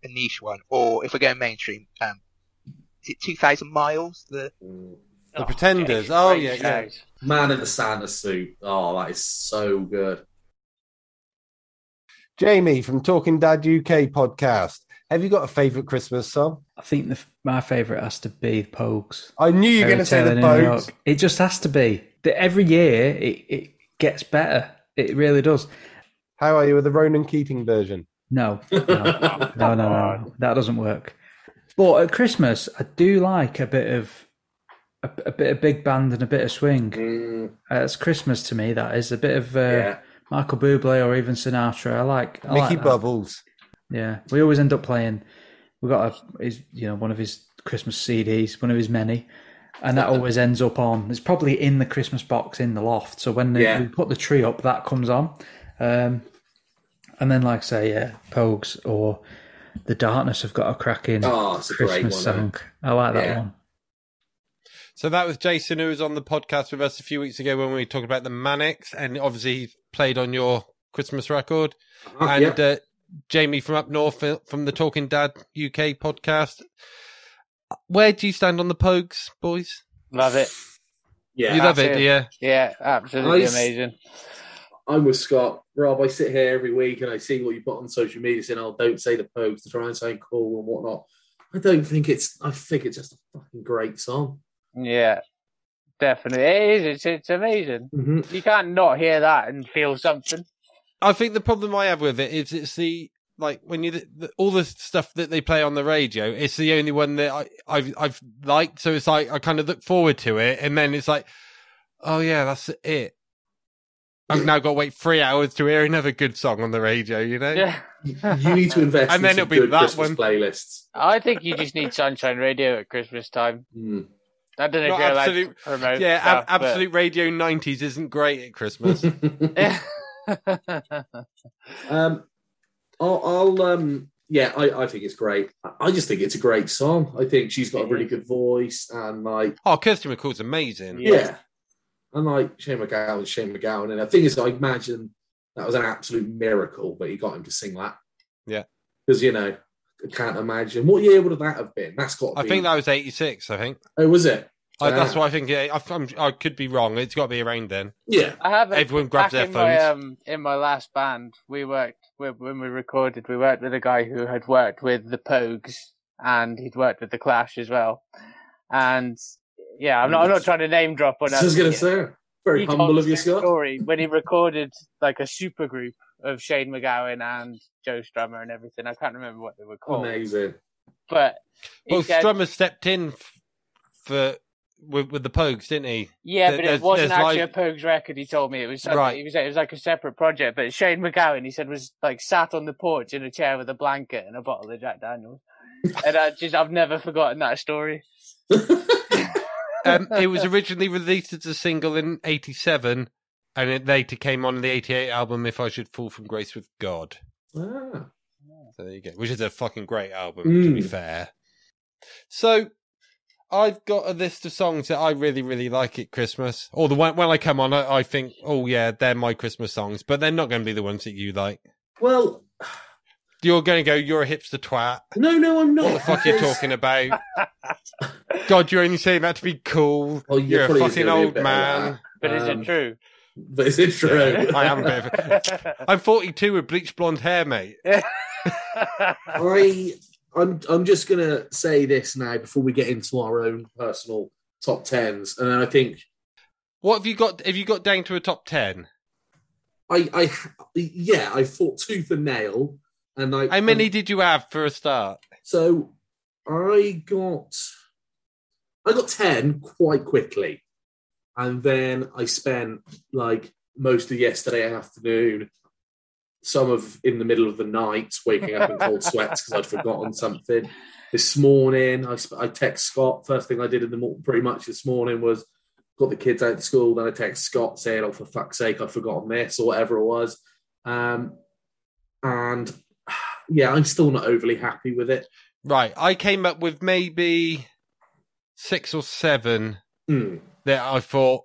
a niche one, or if we go mainstream, um, is it 2,000 Miles? The
The
Oh,
Pretenders.
great,
Oh
great
yeah, yeah.
shows.
Man in the Santa suit. Oh, that is so good.
Jamie from Talking Dad UK podcast. Have you got a favourite Christmas song?
I think the, f- my favourite has to be the Pogues.
I knew you were going to say the
Fairy Tale in New
Pogues.
York. It just has to be. The, every year, it, it gets better. It really does.
How are you with the Ronan Keating version?
No, no, no, no, no. That doesn't work. But at Christmas, I do like a bit of a, a bit of big band and a bit of swing.
Mm,
Uh, it's Christmas to me. That is a bit of uh,
yeah.
Michael Bublé or even Sinatra. I like I like
Mickey
that.
Bubbles.
Yeah, we always end up playing. We got a, his, you know, one of his Christmas CDs, one of his many, and that always ends up on. It's probably in the Christmas box in the loft. So when they,
Yeah.
we put the tree up, that comes on, um, and then like say, yeah, Pogues or the Darkness have got a cracking
Oh, it's a great
Christmas
one,
song. I like that
Yeah.
one.
So that was Jason, who was on the podcast with us a few weeks ago when we talked about the Manics, and obviously he played on your Christmas record.
Ah,
and
yeah.
uh, Jamie from up north uh, from the Talking Dad UK podcast. Where do you stand on the Pogues, boys?
Love it.
yeah.
you love it,
that's it.
yeah.
Yeah, absolutely
I s-
amazing.
I'm with Scott. Rob, I sit here every week and I see what you put on social media saying, oh, don't say the pokes to try and sound cool and whatnot. I don't think it's, I think it's just a fucking great song.
Yeah, definitely. It is. It's, it's amazing.
Mm-hmm.
You can't not hear that and feel something.
I think the problem I have with it is it's the like when you the, all the stuff that they play on the radio. It's the only one that I, I've I've liked, so it's like I kind of look forward to it, and then it's like, oh yeah, that's it. I've now got to wait three hours to hear another good song on the radio. You know,
Yeah.
You need to invest
and
in
then
some
it'll be
good
that
Christmas
one.
playlists.
I think you just need Sunshine Radio at Christmas time.
Hmm.
I don't know
Not
if you're allowed to
absolute-
promote
yeah,
stuff,
ab- absolute radio nineties isn't great at Christmas.
Um, I'll, I'll um, yeah, I, I think it's great. I- I just think it's a great song. I think she's got a really good voice and like,
oh, Kirsty McCall's amazing.
yeah. And like Shane McGowan, Shane McGowan. And the thing is, I imagine that was an absolute miracle that he got him to sing that.
Yeah.
Because, you know, I can't imagine. What year would that have been? That's got to
I
be.
think that was eighty six. I think.
Oh, was it?
I, that's
Ah.
what I think. Yeah, I, I'm, I could be wrong. It's got to be around then.
Yeah.
I have it
Everyone grabs
back
their
in
phones.
My, um, in my last band, we worked with, when we recorded. We worked with a guy who had worked with the Pogues and he'd worked with the Clash as well. And yeah, I'm not. I'm not trying to name drop on.
I was going to say, very
He
humble
told
of you,
us this
Scott.
Story when he recorded like a super group of Shane McGowan and Joe Strummer and everything. I can't remember what they were called,
Amazing.
but he
Well,
said-
Strummer stepped in f- for with, with the Pogues, didn't he?
Yeah,
There-
but
there's-
it wasn't
there's
actually
like-
a Pogues record. He told me it was something,
Right.
He was it was like a separate project. But Shane McGowan, he said, was like sat on the porch in a chair with a blanket and a bottle of Jack Daniels. and I just I've never forgotten that story.
um, it was originally released as a single in '87, and it later came on the '88 album "If I Should Fall from Grace with God."
Ah.
So there you go, which is a fucking great album, to be
Mm.
fair. So I've got a list of songs that I really, really like at Christmas, or the one when I come on, I, I think, oh yeah, they're my Christmas songs, but they're not going to be the ones that you like.
Well,
You're going to go, you're a hipster twat.
no, no, I'm not.
What the fuck are you talking about? God, you're only saying that to be cool.
Oh, you're
you're a
probably
fucking
gonna be a
old
bit of
man.
that. But is it Um,
true?
But is it true?
I am a bit of a... I'm 42 with bleached blonde hair, mate.
I I'm I'm just gonna say this now before we get into our own personal top tens, and then I think
What have you got? Have you got down to a top 10?
I I yeah I fought tooth and nail, and I
How many did you have for a start?
So I got I got ten quite quickly, and then I spent like most of yesterday afternoon, some of in the middle of the night, waking up in cold sweats because I'd forgotten something. This morning, I sp- I text Scott. First thing I did in the morning, pretty much this morning, was got the kids out of school. Then I text Scott saying, "Oh, for fuck's sake, I've forgotten this or whatever it was," um, and yeah, I'm still not overly happy with it.
Right. I came up with maybe six or seven
Hmm.
that I thought,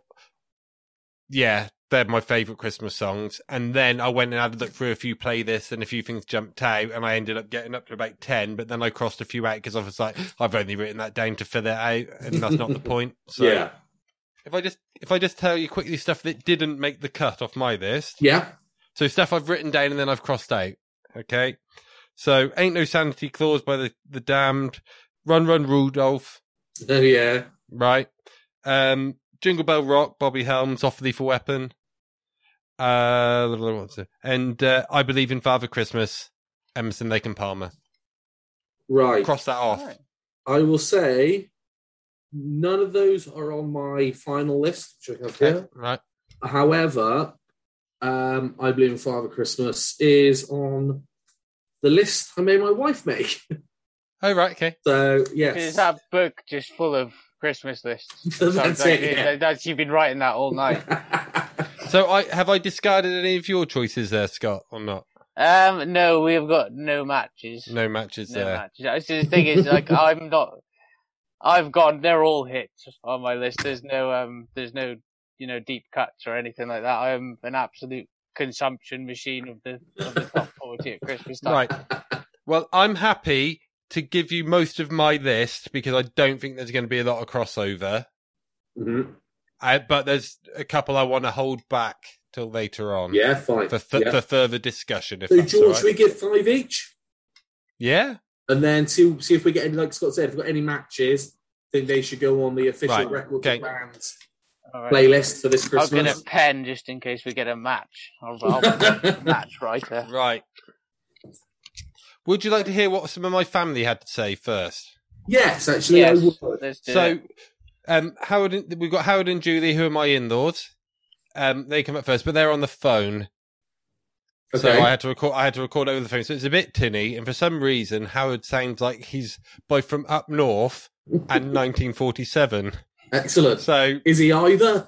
yeah, they're my favourite Christmas songs. And then I went and had a look through a few playlists and a few things jumped out. And I ended up getting up to about 10, but then I crossed a few out because I was like, I've only written that down to fill it out. And that's not the point. So
Yeah.
if I just, if I just tell you quickly stuff that didn't make the cut off my list.
Yeah.
So stuff I've written down and then I've crossed out. Okay. So Ain't No Sanity Clause by the, the Damned. Run Run Rudolph.
Oh yeah.
Right. Um Jingle Bell Rock, Bobby Helms, Off the Lethal Weapon. Uh what's it? and uh, I Believe in Father Christmas, Emerson Lake and Palmer.
Right.
Cross that off.
I will say none of those are on my final list, which I have here.
Right.
However, um, I believe in Father Christmas is on the list I made my wife make.
Oh right, okay.
So
Is
yes.
that book just full of Christmas lists?
That's
Sometimes
it,
you-
yeah.
that's- you've been writing that all night.
So I have I discarded any of your choices there, Scott, or not?
um, no, we have got no matches.
No matches
no
there.
matches. That's the thing is, like, I'm not. I've gone. They're all hits on my list. There's no, um, there's no, you know, deep cuts or anything like that. I'm an absolute consumption machine of the of the top forty at Christmas time.
Right. Well, I'm happy to give you most of my list because I don't think there's going to be a lot of crossover.
Mhm.
Uh, but there's a couple I want to hold back till later on.
Yeah, fine.
For, th-
Yeah.
for further discussion. If
So,
that's all
George,
right.
we give five each,
yeah,
and then see see if we get any. Like Scott said, if we've got any matches, then they should go on the official
Right,
record
okay.
brands.
All right.
Playlist for this
I'll get
Christmas.
a pen just in case we get a match. I'll, I'll be a match writer.
Right. Would you like to hear what some of my family had to say first?
Yes, actually, I Yes, would. let's do
So,
it.
um, Howard, and- we've got Howard and Julie, who are my in-laws. Um, they come up first, but they're on the phone. So
Okay.
I had to record. I had to record over the phone, so it's a bit tinny. And for some reason, Howard sounds like he's both from up north and 1947.
Excellent.
So
is he either?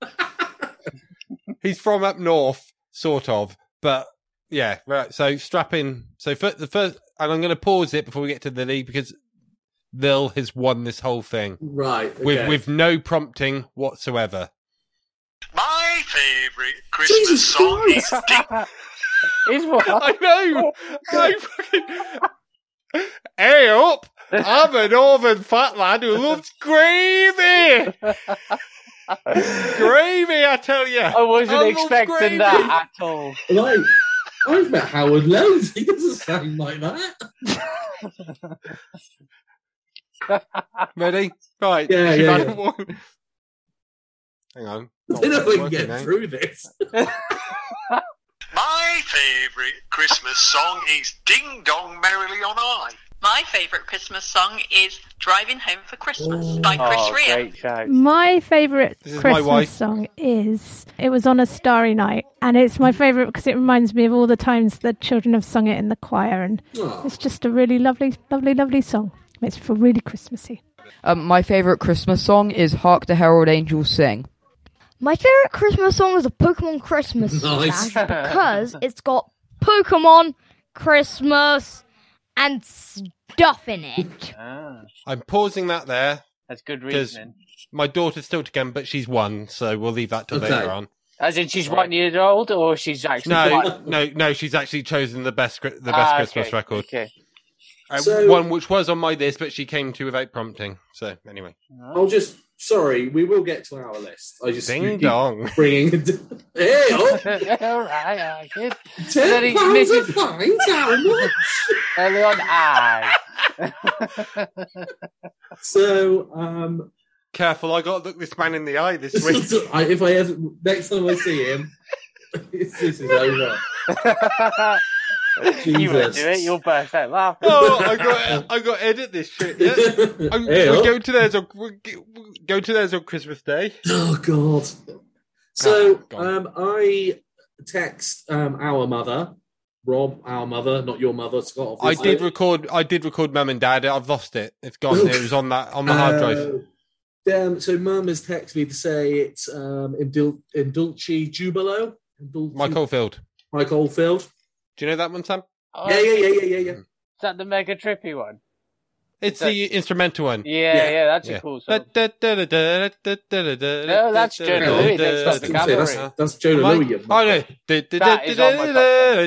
he's from up north, sort of. But yeah, right. So strap in. So for the first, and I'm going to pause it before we get to the league because Lil has won this whole thing,
Right,
With
okay.
with no prompting whatsoever.
My favourite Christmas song is Ding.
Is what?
I know. I fucking. Hey up! I'm a northern fat lad who loves gravy. gravy, I tell you.
Oh.
I
wasn't
love
expecting
gravy.
that at all.
Like, I've met Howard loads. He doesn't sound like that.
Ready? Right.
Yeah,
Should
yeah,
I
yeah.
walk- Hang on.
I don't know if we can
Working
get
out.
through this.
My favourite Christmas song is Ding Dong Merrily on High.
My favourite Christmas song is Driving Home for Christmas by Chris
oh,
Rea.
Great shout.
My favourite
This is my
Christmas
wife.
song is It Was on a Starry Night, and it's my favourite because it reminds me of all the times the children have sung it in the choir, and
Aw.
it's just a really lovely, lovely, lovely song. Makes me feel really Christmassy.
Um, my favourite Christmas song is Hark the Herald Angels Sing.
My favorite Christmas song is a Pokemon Christmas
Nice.
smash because it's got Pokemon Christmas and stuff in it.
I'm pausing that there.
That's good
'cause
reasoning.
My daughter's still to come, but she's one, so we'll leave that till
Okay.
later on.
As in, she's one year old, or she's actually
No,
one?
no, no. She's actually chosen the best, cri- the best
Ah,
Christmas
okay,
record.
Okay.
Uh,
So-
one which was on my list, but she came to without prompting. So anyway,
I'll just. Sorry, we will get to our list. I just
Ding
you keep
dong.
bringing. hey, oh,
All right, I kid.
Ten pounds a pint, how much?
Early on, I.
so um,
careful. I got to look this man in the eye this week.
I, if I ever next time I see him, this is over.
You won't
Jesus.
do it. You'll burst out laughing.
oh, I got, I got to edit this shit. Yeah? I,
Hey,
we
oh.
go to theirs on, we go to theirs on Christmas Day.
Oh God! So um, I text um, our mother, Rob, our mother, not your mother, Scott.
I
obviously.
did record. I did record Mum and Dad. I've lost it. It's gone. it was on that on the hard drive.
Uh, um, so mum has texted me to say it's um, Indul- Indulci Jubilo. Indulci-
Mike Oldfield.
Mike Oldfield.
Do you know that one, Sam?
Yeah, yeah, yeah, yeah, yeah, yeah.
Oh, Is that the mega trippy one?
It's
That-
the instrumental one.
Yeah, yeah, that's a cool song.
No,
that's Jonah Louis, that's not the That's- that's- cavalry.
that's Jonah Louis, you
Oh no,
That is on my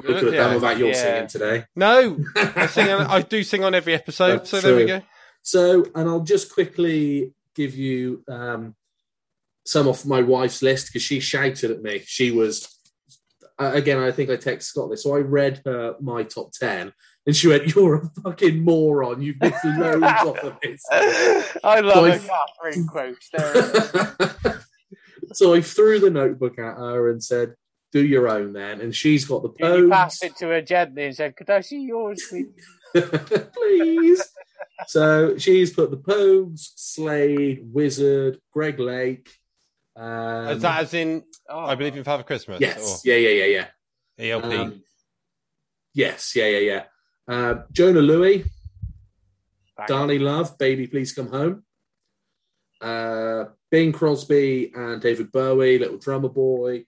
We could have done
Yeah.
without your
Yeah.
singing today.
No, I sing. On, I do sing on every episode. so there we
True.
go.
So, and I'll just quickly give you um, some off my wife's list because she shouted at me. She was, uh, again, I think I text Scott this. So I read her my top 10 and she went, You're a fucking moron. You've missed loads off of this.
I love
So
it. Catherine quotes. There.
So I threw the notebook at her and said, Do your own then. And she's got the
You
poem.
passed it to her gently and said, "Could I see yours, please?"
please. so she's put the Pogues, Slade, Wizard, Greg Lake. Um,
Is that Oh. as in
Oh,
I believe in Father Christmas? E
yes,
or
yeah, yeah, yeah, yeah.
ELP.
Um, yes, yeah, yeah, yeah. Uh, Jonah Louis,
Bang.
Darling Love, Baby Please Come Home. Uh, Bing Crosby and David Bowie, Little Drummer Boy.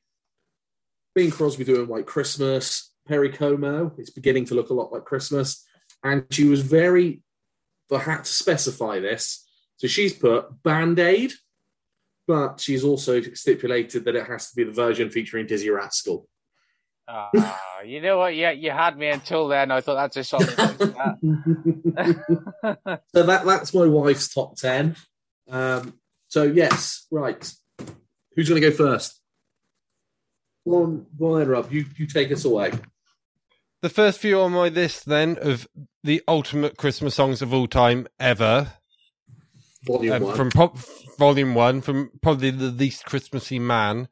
Bing Crosby doing White Christmas. Perry Como, it's beginning to look a lot like Christmas. And she was very, I had to specify this. So she's put Band Aid, but she's also stipulated that it has to be the version featuring Dizzy Rascal.
Ah, you know what? Yeah, you had me until then. I thought that's a solid.
so that that's my wife's top ten. Um, so yes, right. Who's going to go first? Go on, go ahead, Rob. You you take us away.
The first few on my list then of the ultimate Christmas songs of all time ever.
Volume
Um,
one.
From pro- Volume 1, from probably the least Christmassy man,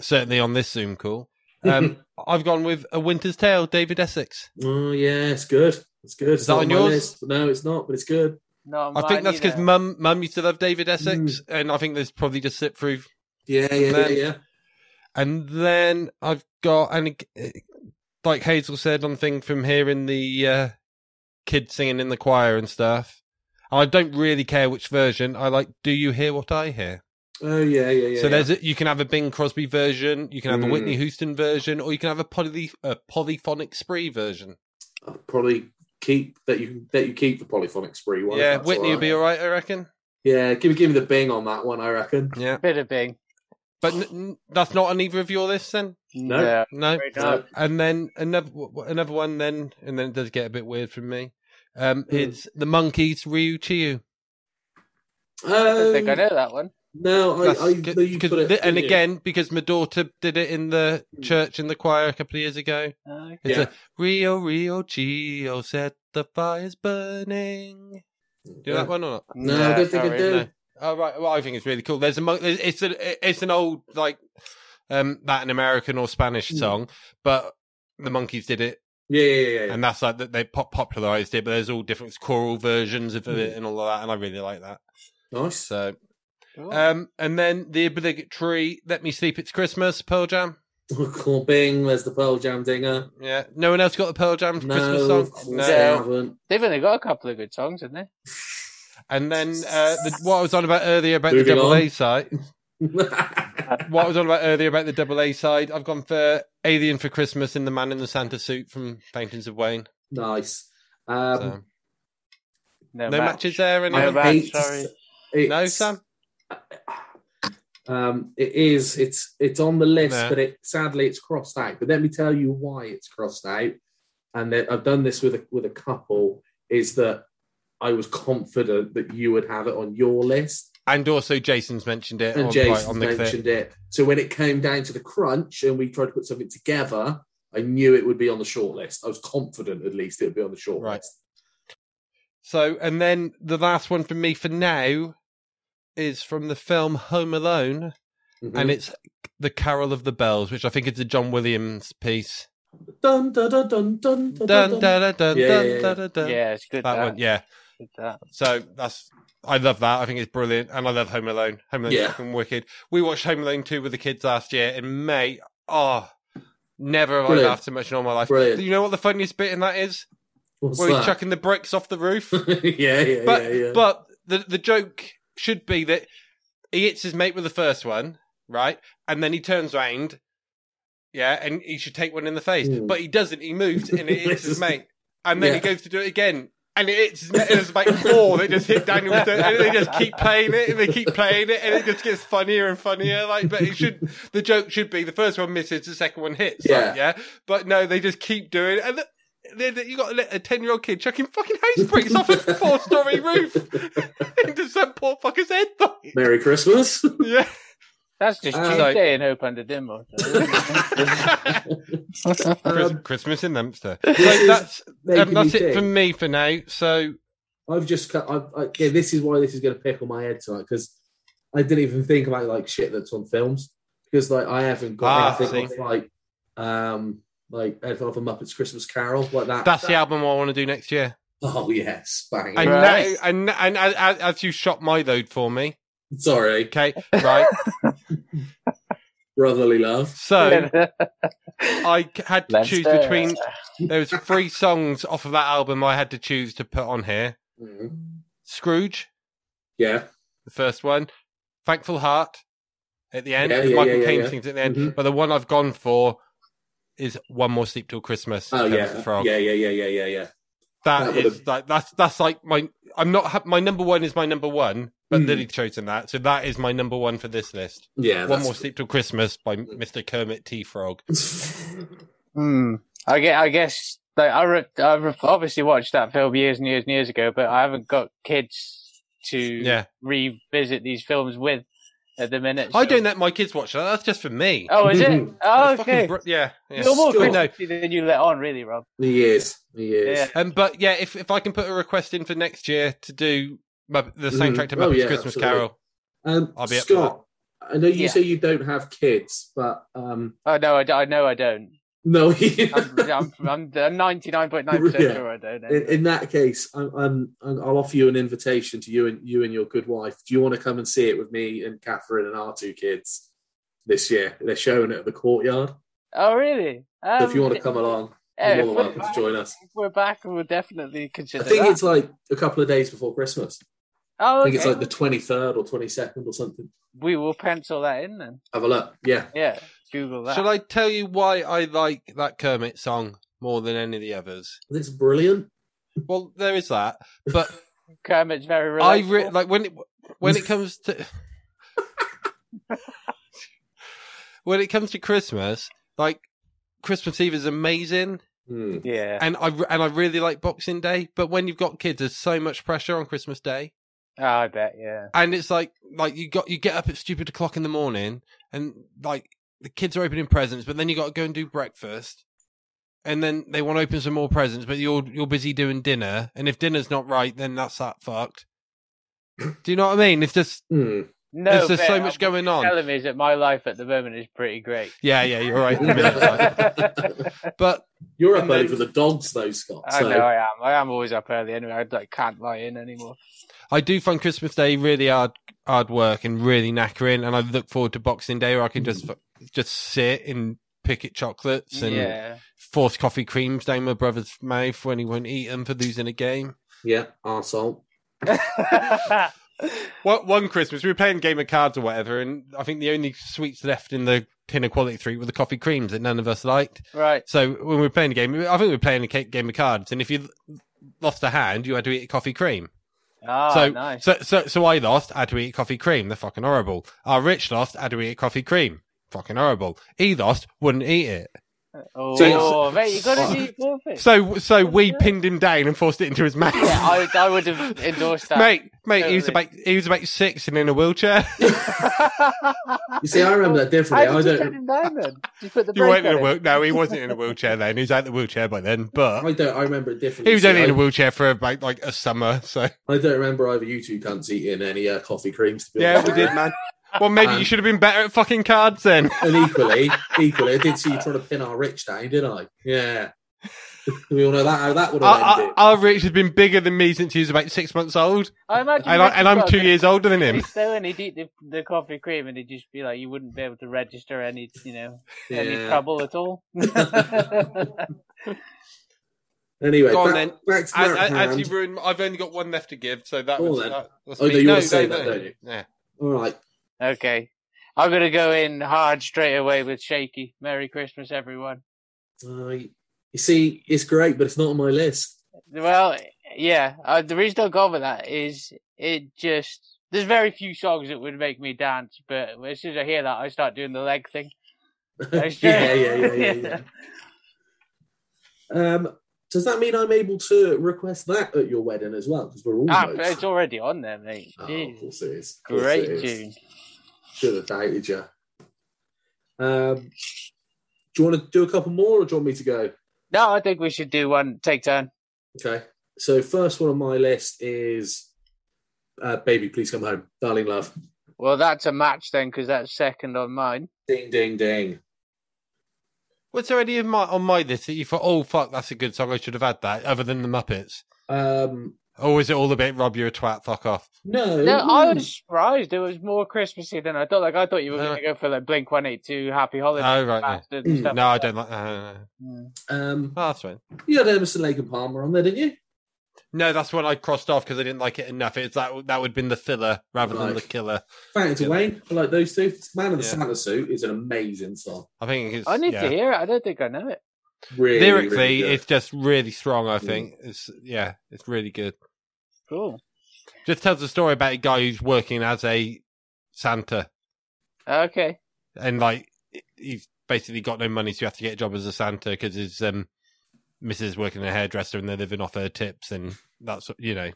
certainly on this Zoom call. Um, I've gone with A Winter's Tale, David Essex.
Oh yeah, it's good. It's good. It's
that
not
on
my
yours?
list. No, it's not, but it's good.
No,
I think that's because mum mum used to love David
Mm.
Essex, and I think there's probably just slipped through.
Yeah, yeah,
there.
yeah, yeah.
And then I've got and uh, like Hazel said on thing from hearing the uh, kids singing in the choir and stuff. I don't really care which version. I like. Do you hear what I hear?
Oh yeah, yeah, yeah.
so there's
yeah.
a, you can have a Bing Crosby version, you can have a
Mm.
Whitney Houston version, or you can have a poly a polyphonic spree version.
probably keep that you that you keep the polyphonic spree one. if
yeah,
that's
Whitney
all
would be all right, I reckon.
Yeah, give me give me the bing on that one. I reckon.
Yeah,
bit of bing.
But n- n- that's not on either of your lists, then.
No.
no.
Very dark.
And then another w- w- another one, then, and then it does get a bit weird for me. Um,
Hmm.
It's the monkeys Ryu Chiyu.
I think I know that one.
Um, No, I, I Oh, no, you put it,
and
didn't you? Hmm.
again, because my daughter did it in the church in the choir a couple of years ago.
Okay.
It's
Yeah.
a Rio Rio Chio set the fires burning. Do you know
Yeah.
that one or not?
No, I don't think I
sorry,
do.
no. Oh right, well I think it's really cool. There's a mon- there's- it's a it's an old like um Latin American or Spanish
Mm.
song, but the monkeys did it,
Yeah, yeah, yeah, yeah.
and that's like that they pop- popularized it. But there's all different choral versions of it and all of that, and I really like that.
Nice.
So, um, and then the obligatory "Let Me Sleep, It's Christmas" Pearl Jam.
Cool bing. There's the Pearl Jam dinger.
Yeah, no one else got the Pearl Jam
No,
Christmas
of course
song.
they haven't.
They've only got a couple of good songs, haven't they?
And then uh, the, what I was on about earlier about the
Moving
double
on.
A side. what I was on about earlier about the double A side, I've gone for Alien for Christmas and the Man in the Santa Suit from Fountains of Wayne.
Nice. Um,
So,
no,
match. matches there. Anyone?
no,
Sam.
Um, it is. It's it's on the list,
No.
but it sadly it's crossed out. But let me tell you why it's crossed out. And that I've done this with a, with a couple. Is that I was confident that you would have it on your list,
And also, Jason's mentioned it.
and
on,
Jason
on the clip.
mentioned it. So when it came down to the crunch and we tried to put something together, I knew it would be on the short list. I was confident, at least, it would be on the short list.
So, and then the last one from me for now is from the film Home Alone,
Mhm.
and it's The Carol of the Bells, which I think is a John Williams piece.
Dun dun dun dun dun dun
Dun, dun, dun, dun,
Yeah,
dun,
yeah, yeah.
dun, dun, dun.
Yeah, it's good,
That,
that.
one, yeah.
Good that.
So that's I love that. I think it's brilliant, and I love Home Alone. Home Alone's
Yeah.
fucking wicked. We watched Home Alone two with the kids last year, and mate, oh, never have
Brilliant.
I laughed so much in all my life.
Brilliant.
Do you know what the funniest bit in that is?
What's
Where he's
that?
chucking the bricks off the roof.
yeah, yeah,
but
yeah, yeah.
but the the joke should be that he hits his mate with the first one, right, and then he turns round, yeah, and he should take one in the face,
Mm.
but he doesn't. He moves and it hits his mate, and then he
Yeah.
goes to do it again. And it hits his mate- and it's like four. They just hit Daniel with the, and they just keep playing it, and they keep playing it, and it just gets funnier and funnier. Like, but it should the joke should be the first one misses, the second one hits. Yeah,
Yeah.
yeah. But no, they just keep doing it. And the, they- they- you got a li- a ten-year-old kid chucking fucking house bricks off a four-story roof into some poor fucker's head.
Merry Christmas.
Yeah.
That's just
Uh,
Um,
Tuesday in Hope Under Dimble.
Chris- Christmas in Leinster. So
Um, this is
that's um,
making me
that's it
think.
from me for now. So
I've just cut. I, I, yeah, this is why this is going to pickle my head tonight because I didn't even think about like shit that's on films because like I haven't
Ah,
got anything
see.
off, like um like anything off a Muppets Christmas Carol like that.
that's the album I want to do next year.
Oh yes, bang!
And now, and and as- as, as you shot my load for me.
Sorry.
Okay. Right.
brotherly love.
So I c- had to choose between there was three songs off of that album I had to choose to put on here. Scrooge,
Mm. yeah,
the first one. Thankful Heart at the end.
Yeah, yeah,
Michael
yeah, yeah,
Caine
yeah. Mm-hmm.
sings at the end. But the one I've gone for is One More Sleep Till Christmas.
Oh
Kermit
yeah,
the Frog.
yeah, yeah, yeah, yeah, yeah, yeah.
That
That would've-
is like that's that's like my I'm not ha- my number one is my number one, but
Mm.
Lily's chosen that, so that is my number one for this list.
Yeah,
one
that's- Mm.
more sleep till Christmas by Mr. Kermit T. Frog.
Hmm. I guess, I guess like, I, re- I re- obviously watched that film years and years and years ago, but I haven't got kids to
Yeah.
revisit these films with. at the minute.
I don't let my kids watch that. That's just for me.
Oh, is it? Oh,
That's fucking
okay.
br- yeah, yeah.
You're more
Still-
Christmassy than you let on, really, Rob.
He is. He is.
Yeah.
Um, but yeah, if if I can put a request in for next year to do Mupp- the soundtrack to
Mm. Oh,
Muppets
yeah,
Christmas
absolutely.
Carol,
Um,
I'll be up for
Scott, I know you
Yeah.
say you don't have kids, but um,
Oh no, I, d- I know I don't.
no,
I'm, I'm, I'm, I'm 99.9%
Yeah.
sure I don't.
in, in that case, I'm, I'm, I'm- I'll offer you an invitation to you and you and your good wife. Do you want to come and see it with me and Catherine and our two kids this year? They're showing it at the courtyard.
Oh, really? Um,
so if you want to come along,
yeah,
you're
if
more
we're
than welcome
back-
to join us.
if we're back, we'll definitely
I
consider.
think
that.
it's like a couple of days before Christmas.
Oh,
I think it's
okay.
like the 23rd or 22nd or something.
We will pencil that in then.
Have a look. Yeah.
Yeah, Google that.
shall I tell you why I like that Kermit song more than any of the others?
It's brilliant.
Well, there is that, but
Kermit's very.
I
relatable.
re- like when it when it comes to when it comes to Christmas, like Christmas Eve is amazing.
Hmm.
Yeah.
and I re- and I really like Boxing Day, but when you've got kids, there's so much pressure on Christmas Day,
Oh, I bet. Yeah.
and it's like like you got you get up at stupid o'clock in the morning, and like the kids are opening presents, but then you got to go and do breakfast, and then they want to open some more presents, but you're you're busy doing dinner, and if dinner's not right, then that's that fucked. Do you know what I mean? It's just
Hmm.
No,
there's just so
but
much
what
going
you're
on.
Telling me is that my life at the moment is pretty great.
Yeah, yeah, you're right. in the middle, like. but
You're up
and
early
then-
for the dogs, though, Scott.
I
So
know I am. I am always up early anyway. I like, can't lie in anymore.
I do find Christmas Day really hard, hard work and really knackering, and I look forward to Boxing Day where I can just fu- just sit and pick at chocolates and
Yeah.
force coffee creams down my brother's mouth when he won't eat them for losing a game.
Yeah, arsehole.
Well, one Christmas we were playing game of cards or whatever, and I think the only sweets left in the tin of quality three were the coffee creams that none of us liked.
Right.
So when we were playing the game, I think we were playing a ca- game of cards, and if you lost a hand, you had to eat a coffee cream.
Ah,
so,
nice.
so, so, so I lost. I had to eat coffee cream. They're fucking horrible. Our Rich lost. I had to eat coffee cream. Fucking horrible. He lost. Wouldn't eat it.
Oh,
So-
mate, you got to do perfect.
So, so we pinned him down and forced it into his mouth.
Yeah, I, I would have endorsed that.
mate, mate, he was
Totally.
about he was about six and in a wheelchair.
you see, I remember that differently.
How
I
did you
don't.
turn him down then? Did you put the
you
brake
weren't in
on
a
it?
wheel. No, he wasn't in a wheelchair then. He was out the wheelchair by then. But
I don't. I remember it differently.
he was
See,
only in
I-
a wheelchair for about like a summer. So
I don't remember either you two cunts eating any uh, coffee creams. To be
yeah,
honest
we
with you.
did, man. Well, maybe
Um,
you should have been better at fucking cards then.
And equally, equally, I did see you trying to pin our rich down, didn't I? Yeah. we all know that how that would have
Our,
ended.
our, our Rich has been bigger than me since he was about six months old.
I imagine
and, I, and I'm two years older than him.
He's so and he'd eat the, the coffee cream and he'd just be like, you wouldn't be able to register any, you know, any
Yeah.
trouble at all.
Anyway,
Go on
back,
then.
back to
As-
that
as- as you
hand.
ruined- I've only got one left to give, so that
Go on
was. uh,
then.
that- that's
Oh, no,
me.
you wanna say that,
no.
don't you?
Yeah.
All right.
okay. I'm going to go in hard straight away with Shaky. Merry Christmas, everyone.
Uh, you see, it's great, but it's not on my list.
Well, yeah. Uh, the reason I go with that is it just there's very few songs that would make me dance, but as soon as I hear that, I start doing the leg thing. I just-
Yeah, yeah, yeah, yeah, yeah. Um, does that mean I'm able to request that at your wedding as well? Because we're
Ah,
almost.
but it's already on there, mate.
Oh,
Jeez.
course
Great
it is.
tune.
Should have doubted you. Um, do you want to do a couple more, or do you want me to go?
No, I think we should do one. Take turn.
Okay. So first one on my list is uh, "Baby, Please Come Home," "Darling Love."
Well, that's a match then, because that's second on mine.
Ding, ding, ding.
Was there any of my, on my list that you thought, oh, fuck, that's a good song, I should have had that, other than the Muppets?
Um,
Or Oh, is it all a bit, Rob, you're a twat, fuck off?
No,
No, I was surprised. It was more Christmassy than I thought. Like I thought you were
Uh,
going to go for like Blink One Eight Two, Happy Holidays,
Oh, right.
Bastard
Mm.
and
Yeah.
stuff.
No, I don't like uh,
Um,
oh, that's right.
You had Emerson, Lake and Palmer on there, didn't you?
No, that's when I crossed off because I didn't like it enough. It's that that would have been the filler rather than
Right.
the killer.
Thanks,
Yeah.
Wayne. I like those two. "Man in the
Yeah.
Santa Suit" is an amazing song.
I think it's.
I need
yeah.
to hear it. I don't think I know it.
Really,
Lyrically,
really good. Mm.
it's just really strong, I think. It's Yeah, it's really good.
Cool.
Just tells a story about a guy who's working as a Santa.
Okay.
and like he's basically got no money, so you have to get a job as a Santa because his um, missus is working in a hairdresser and they're living off her tips, and that's you know.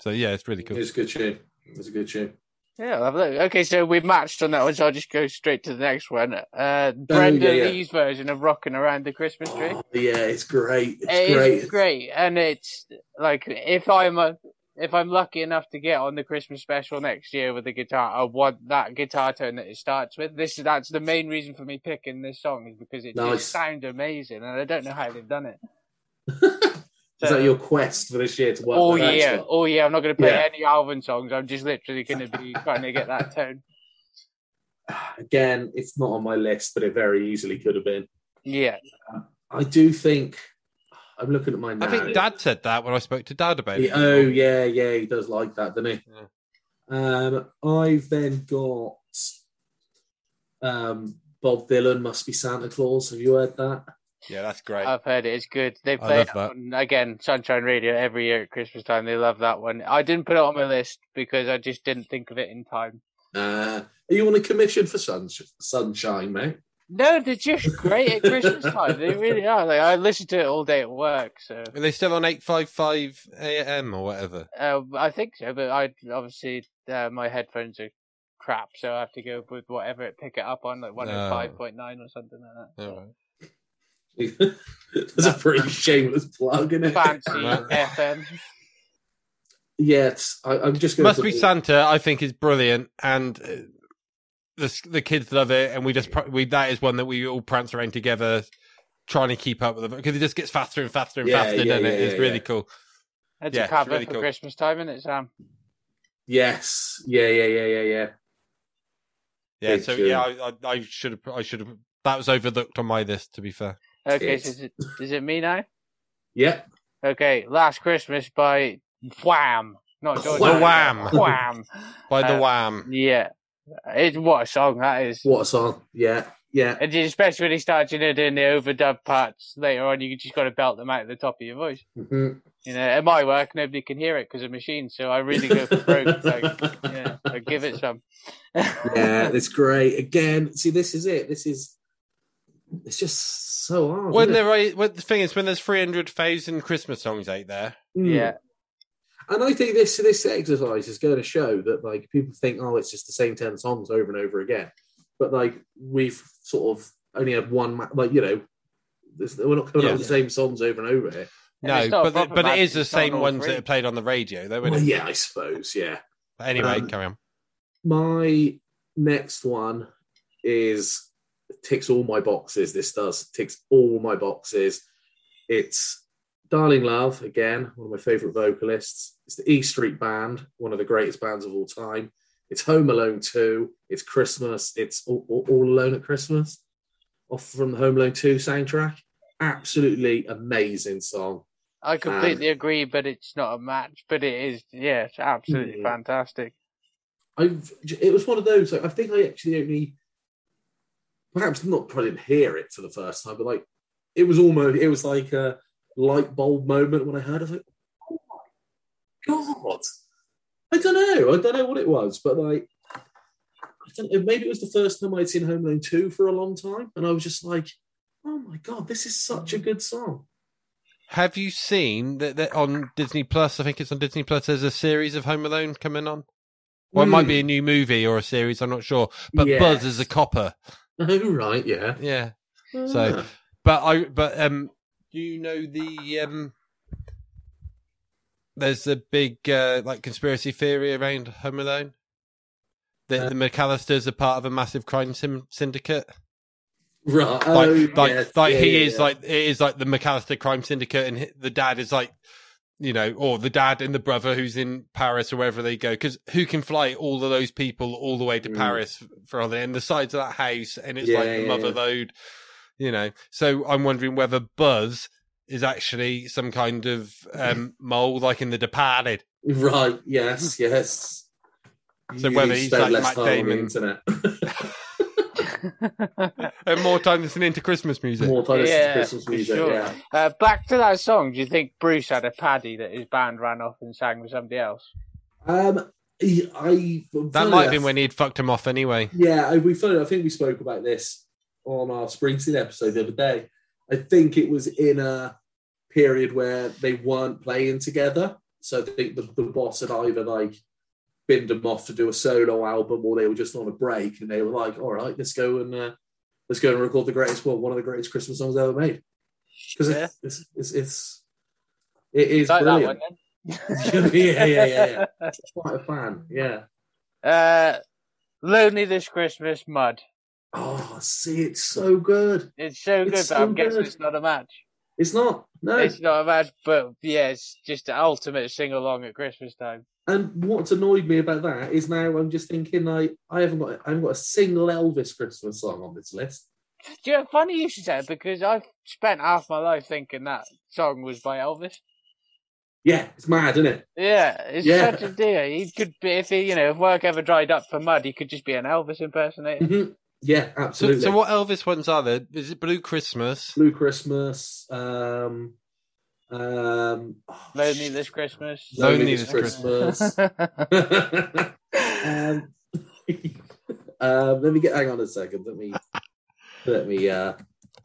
So yeah, it's really cool.
It's a good tune. It's a good tune.
Yeah, I'll have a look. Okay, so we matched on that one, so I'll just go straight to the next one. Uh, Brenda
Oh, yeah, yeah.
Lee's version of Rocking Around the Christmas Tree.
Oh, Yeah, it's great. It's
It is
great.
great, and it's like if I'm a, if I'm lucky enough to get on the Christmas special next year with the guitar, I want that guitar tone that it starts with. This is that's the main reason for me picking this song is because it
Nice.
just sounds amazing, and I don't know how they've done it.
Is that your quest for this year to work?
Oh
with that
yeah,
expert?
oh yeah. I'm not going to play
Yeah.
any Alvin songs. I'm just literally going to be trying to get that tone.
Again, it's not on my list, but it very easily could have been.
Yeah.
I do think I'm looking at my.
I think Dad said that when I spoke to Dad about it.
oh yeah, yeah, he does like that, doesn't he? Um, I've then got um, Bob Dylan must be Santa Claus. Have you heard that?
Yeah, that's great.
Uh,
I've heard it. It's good. They
I
play
love
it
that.
on, again Sunshine Radio every year at Christmas time. They love that one. I didn't put it on my list because I just didn't think of it in time.
Uh, are you on a commission for sunsh- sunshine, mate?
No, they're just great at Christmas time. They really are. Like, I listen to it all day at work. So
Are they still on 855 AM or whatever?
uh, I think so. But I obviously uh, my headphones are crap, so I have to go with whatever it pick it up on, like 105.9 or something like that.
That's a pretty shameless plug, isn't it?
Fancy FM.
Yeah, it's, I, I'm just going.
Must be Santa. I think is brilliant, and uh, the s- the kids love it. And we just pr- we that is one that we all prance around together, trying to keep up with it because it just gets faster and faster and
Yeah,
faster.
yeah,
doesn't
yeah,
it? It's
yeah,
really
yeah.
cool.
That's
Yeah,
a
it's
cover
really
for
cool.
Christmas time, isn't it, Sam?
Yes. Yeah. Yeah. Yeah. Yeah. Yeah.
Yeah.
Big
So
tune.
yeah, I I- I should have I should have that was overlooked on my list. To be fair.
Okay,
Yes.
so is it, is it me now?
Yep.
Okay, Last Christmas by Wham. Not George
The
Michael,
Wham.
Wham.
By the
Uh,
Wham.
Yeah. It, what a song that is.
What a song. Yeah. Yeah.
And especially when he starts, you know, doing the overdub parts later on, you just got to belt them out at the top of your voice.
Mhm.
You know, at my work, nobody can hear it because of machines, so I really go for broke. Like, yeah, I give it some.
yeah, it's great. Again, see, this is it. This is. It's just so hard.
When
isn't it?
there are, well, the thing is, when there's three hundred thousand Christmas songs out there,
Mm. And I think this this exercise is going to show that like people think, oh, it's just the same ten songs over and over again, but like we've sort of only had one, ma- like you know, this, we're not coming
Yeah.
up with the same songs over and over here.
no, but the, but it is the same ones that are played on the radio, though. isn't
Well,
it?
yeah, I suppose. Yeah.
But anyway,
Um,
carry on.
My next one is ticks all my boxes. This does ticks all my boxes. It's Darling Love again, one of my favorite vocalists. It's the E Street Band, one of the greatest bands of all time. It's Home Alone 2. It's Christmas. It's All, All- All Alone at Christmas, off from the Home Alone 2 soundtrack. Absolutely amazing song.
I completely agree, but it's not a match. But it is, yeah, it's absolutely
Mm.
fantastic.
I've it was one of those. Like, I think I actually only perhaps not probably didn't hear it for the first time, but like it was almost it was like a light bulb moment when I heard of it. Oh my god! I don't know. I don't know what it was, but like I don't know. Maybe it was the first time I'd seen Home Alone two for a long time, and I was just like, oh my god, this is such a good song.
Have you seen that, that on Disney Plus? I think it's on Disney Plus. There's a series of Home Alone coming on. Well, it might be a new movie or a series. I'm not sure. But Buzz is a copper.
Oh right, yeah,
yeah.
Hmm.
So, but I but um, do you know the um? There's a big uh, like conspiracy theory around Home Alone. That the McAllisters are part of a massive crime sim- syndicate.
Right.
Like,
Oh,
like,
yes.
like
Yeah,
he
yeah,
is
yeah.
like it is like the McAllister crime syndicate, and hi- the dad is like, you know, or the dad and the brother who's in Paris or wherever they go, because who can fly all of those people all the way to
Mm.
Paris for all the and the sides of that house, and it's
Yeah,
like the
yeah,
mother
yeah.
load, you know. So I'm wondering whether Buzz is actually some kind of um, mole, like in The Departed.
Right. Yes. Yes.
So
You
whether he's
spend
like
less
Matt
time on the
Damon.
internet.
and more time listening to Christmas music.
More time listening to Yeah, Christmas
For sure. Uh, back to that song. Do you think Bruce had a paddy that his band ran off and sang with somebody else?
Um, I, I
That might have been when he'd fucked him off anyway.
Yeah, I, we found. I think we spoke about this on our Springsteen episode the other day. I think it was in a period where they weren't playing together, so I think the, the boss had either like binned them off to do a solo album, or they were just on a break, and they were like, "All right, let's go and uh, let's go and record the greatest, well, one of the greatest Christmas songs ever made." Because
Yeah.
it's, it's it's it is
Like that
brilliant.
one, then.
yeah, yeah, yeah, yeah. Quite a fan. Yeah.
Uh, Lonely This Christmas, Mud.
Oh, see, it's so good.
It's so good,
It's
but
so
I'm guessing
good.
it's not a match.
It's not. No.
It's not a match, but yeah, it's just the ultimate sing along at Christmas time.
And what's annoyed me about that is now I'm just thinking like I haven't got I haven't got a single Elvis Christmas song on this list.
Do you know, funny you should say it because I've spent half my life thinking that song was by Elvis.
Yeah, it's mad, isn't it?
Yeah, it's
Yeah.
such a deal. He could be, if he, you know, if work ever dried up for Mud, he could just be an Elvis impersonator.
Mm-hmm. Yeah,
So,
absolutely.
so what Elvis ones are there? Is it Blue Christmas?
Blue Christmas. Um, um,
Lonely this Christmas.
Lonely This Christmas.
um, um, let me get. Hang on a second. Let me. Let me. Uh,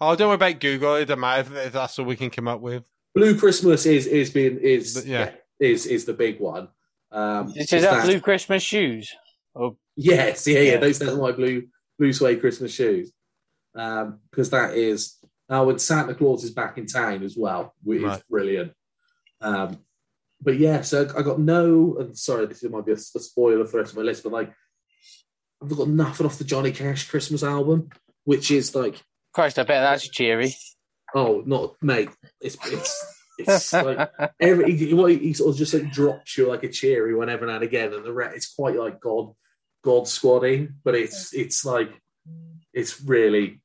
Oh, don't worry about Google. It doesn't matter if that's all we can come up with.
Blue Christmas is is being is
Yeah.
is is the big one. Um,
Is that, Blue Christmas shoes? Oh,
Yes, yeah, yeah. Those are my blue blue suede Christmas shoes. Um, because that is oh, and Santa Claus is back in town as well, which is
Right.
brilliant. Um, but yeah, so I got no. And sorry, this might be a, a spoiler for the rest of my list, but like, I've got nothing off the Johnny Cash Christmas album, which is like,
Christ, I bet that's cheery.
oh, not mate. It's it's it's like every he, what he sort of just like drops you like a cheery one every now and again, and the rest it's quite like God God squadding, but it's it's like it's really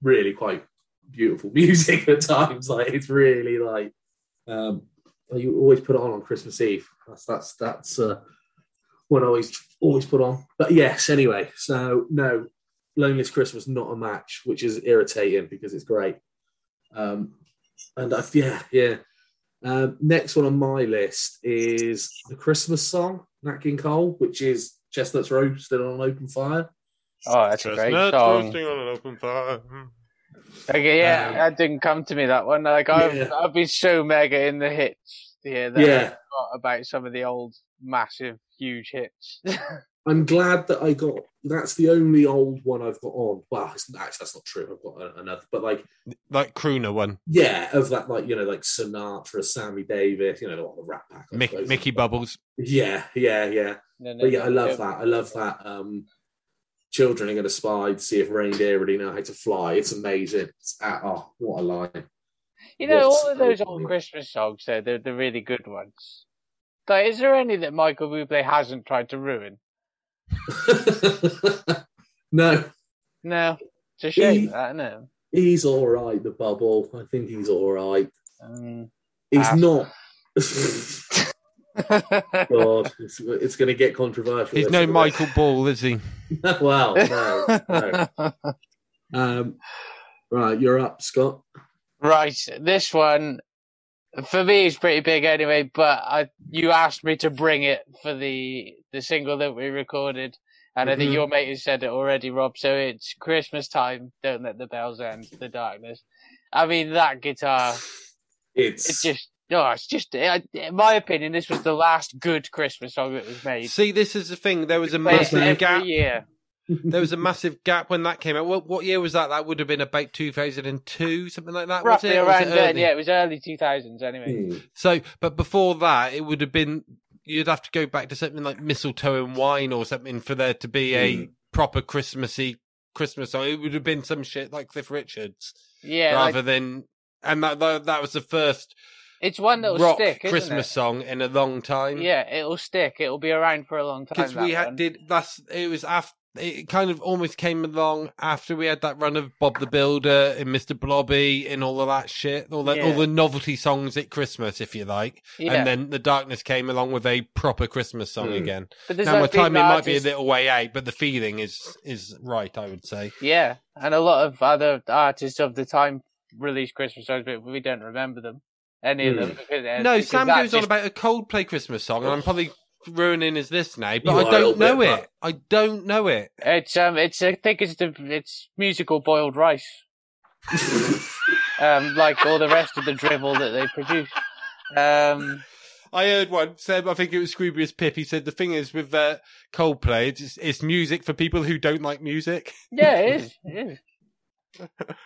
really quite beautiful music at times. Like it's really like um you always put it on on Christmas Eve. That's that's that's uh, what I always always put on. But yes, anyway. So no, Loneliest Christmas not a match, which is irritating because it's great. Um, and I, yeah, yeah. Um, next one on my list is the Christmas song, Nat King Cole, which is Chestnuts Roasted on an Open Fire.
Oh, that's a great song. Okay, yeah, that didn't come to me that one. Like I've
Um, Yeah.
I've been so mega in the hits here that I
Yeah.
forgot about some of the old massive huge hits.
I'm glad that I got. That's the only old one I've got on. Well, it's, actually, that's not true. I've got a- another, but like,
Like Crooner one.
yeah, of that, like you know, like Sinatra, Sammy Davis, you know, all the Rat Pack. I
Mickey,
suppose.
Mickey Bubbles.
Yeah, yeah, yeah.
No, no,
but yeah,
no,
I love
no.
that. I love that. Um, children are going to spy to see if reindeer really know how to fly. It's amazing. It's, ah, oh, what a line.
you know,
What's
all of those old Christmas songs though, they're the really good ones. Like, is there any that Michael Bublé hasn't tried to ruin?
No,
No, it's a shame.
He-
that, no,
he's all right. The bubble. I think he's all right. he's
ah.
not.
Um,
God, it's, it's going to get controversial.
He's no
isn't it?
Michael Ball, is he?
well, no, no. Um, right, you're up, Scott.
Right, this one for me is pretty big anyway. But I, you asked me to bring it for the the single that we recorded, and I think
Mhm.
your mate has said it already, Rob. So it's Christmas time. Don't let the bells end the darkness. I mean that guitar.
It's,
just no. it's just I, in my opinion. This was the last good Christmas song that was made.
See, this is the thing. There was a
Play it every
massive gap.
year.
There was a massive gap when that came out. What, what year was that? That would have been about 2002, something like that. was
Roughly
it? Or was
around
it
then,
early?
yeah, it was early two thousands anyway.
Hmm.
So, but before that, it would have been you'd have to go back to something like mistletoe and wine or something for there to be a
Hmm.
proper Christmassy Christmas song. It would have been some shit like Cliff Richards,
Yeah,
rather than and that that, that was the first
It's one that'll
rock
stick, isn't
Christmas
it?
song in a long time.
Yeah, it'll stick. It'll be around for a long time.
because
that
Mm. we
one.
had, did that's it was after it kind of almost came along after we had that run of Bob the Builder and Mr. Blobby and all of that shit, all the, all
Yeah.
the novelty songs at Christmas, if you like,
Yeah.
and then the darkness came along with a proper Christmas song
Hmm.
again.
But there's
now, my
that big
time it might be a
artist-
little way out, but the feeling is is right, I would say.
Yeah, and a lot of other artists of the time released Christmas songs, but we don't remember them. Any of them.
Hmm.
Because, uh,
no,
because
Sam
that
goes on
just-
about a Coldplay Christmas song, and I'm probably ruining his list now, but
You are
I
a
don't
little
know
bit,
it. I don't know it.
It's um, it's I think it's the it's musical boiled rice, um, like all the rest of the drivel that they produce. Um,
I heard one. Seb, I think it was Scroobius Pip. He said the thing is with uh, Coldplay, it's, just- it's music for people who don't like music.
Yeah, it is. It is.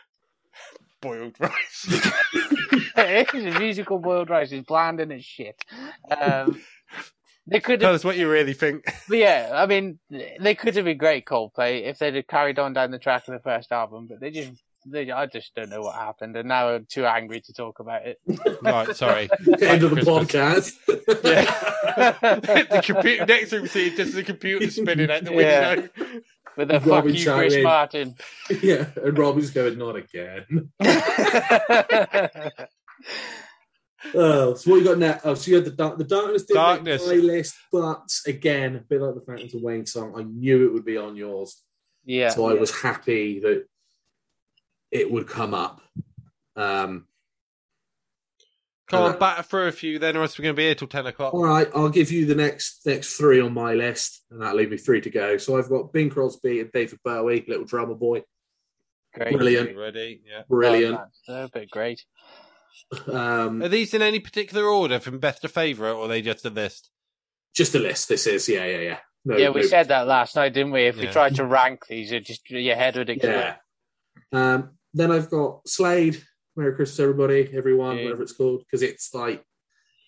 Boiled rice.
it is a musical boiled rice. It's bland and it's shit. Um, they could
Tell
have,
us what you really think.
but yeah, I mean, they could have been great Coldplay if they'd have carried on down the track of the first album, but they just, they, I just don't know what happened, and now I'm too angry to talk about it.
Right, sorry.
End of the
Christmas.
podcast.
the computer next thing we see is just the computer spinning out the window.
With
a fuck
Robin
you,
shouting.
Chris
Martin.
Yeah, and Robbie's going, not again. Oh, so what you got now? Oh, so you had the dark, the darkness didn't
Darkness.
make my list, but again, a bit like the Phantoms of Wayne song, I knew it would be on yours.
Yeah.
So I was happy that it would come up. Um,
Come
Uh,
on, batter through a few then, or else we're going to be here till 10 o'clock.
all right, I'll give you the next next three on my list, and that'll leave me three to go. So I've got Bing Crosby and David Bowie, Little Drummer Boy. Brilliant.
Ready? Yeah.
Brilliant.
They're a bit great. Oh,
Um,
Are these in any particular order from best to favourite, or are they just a list?
Just a list, this is. Yeah, yeah, yeah. No,
yeah, we
no-
said that last night, didn't we? If we
Yeah.
tried to rank these, it just your head would explode.
Yeah. Um, then I've got Slade. Merry Christmas, everybody, everyone,
Yeah.
whatever it's called, because it's like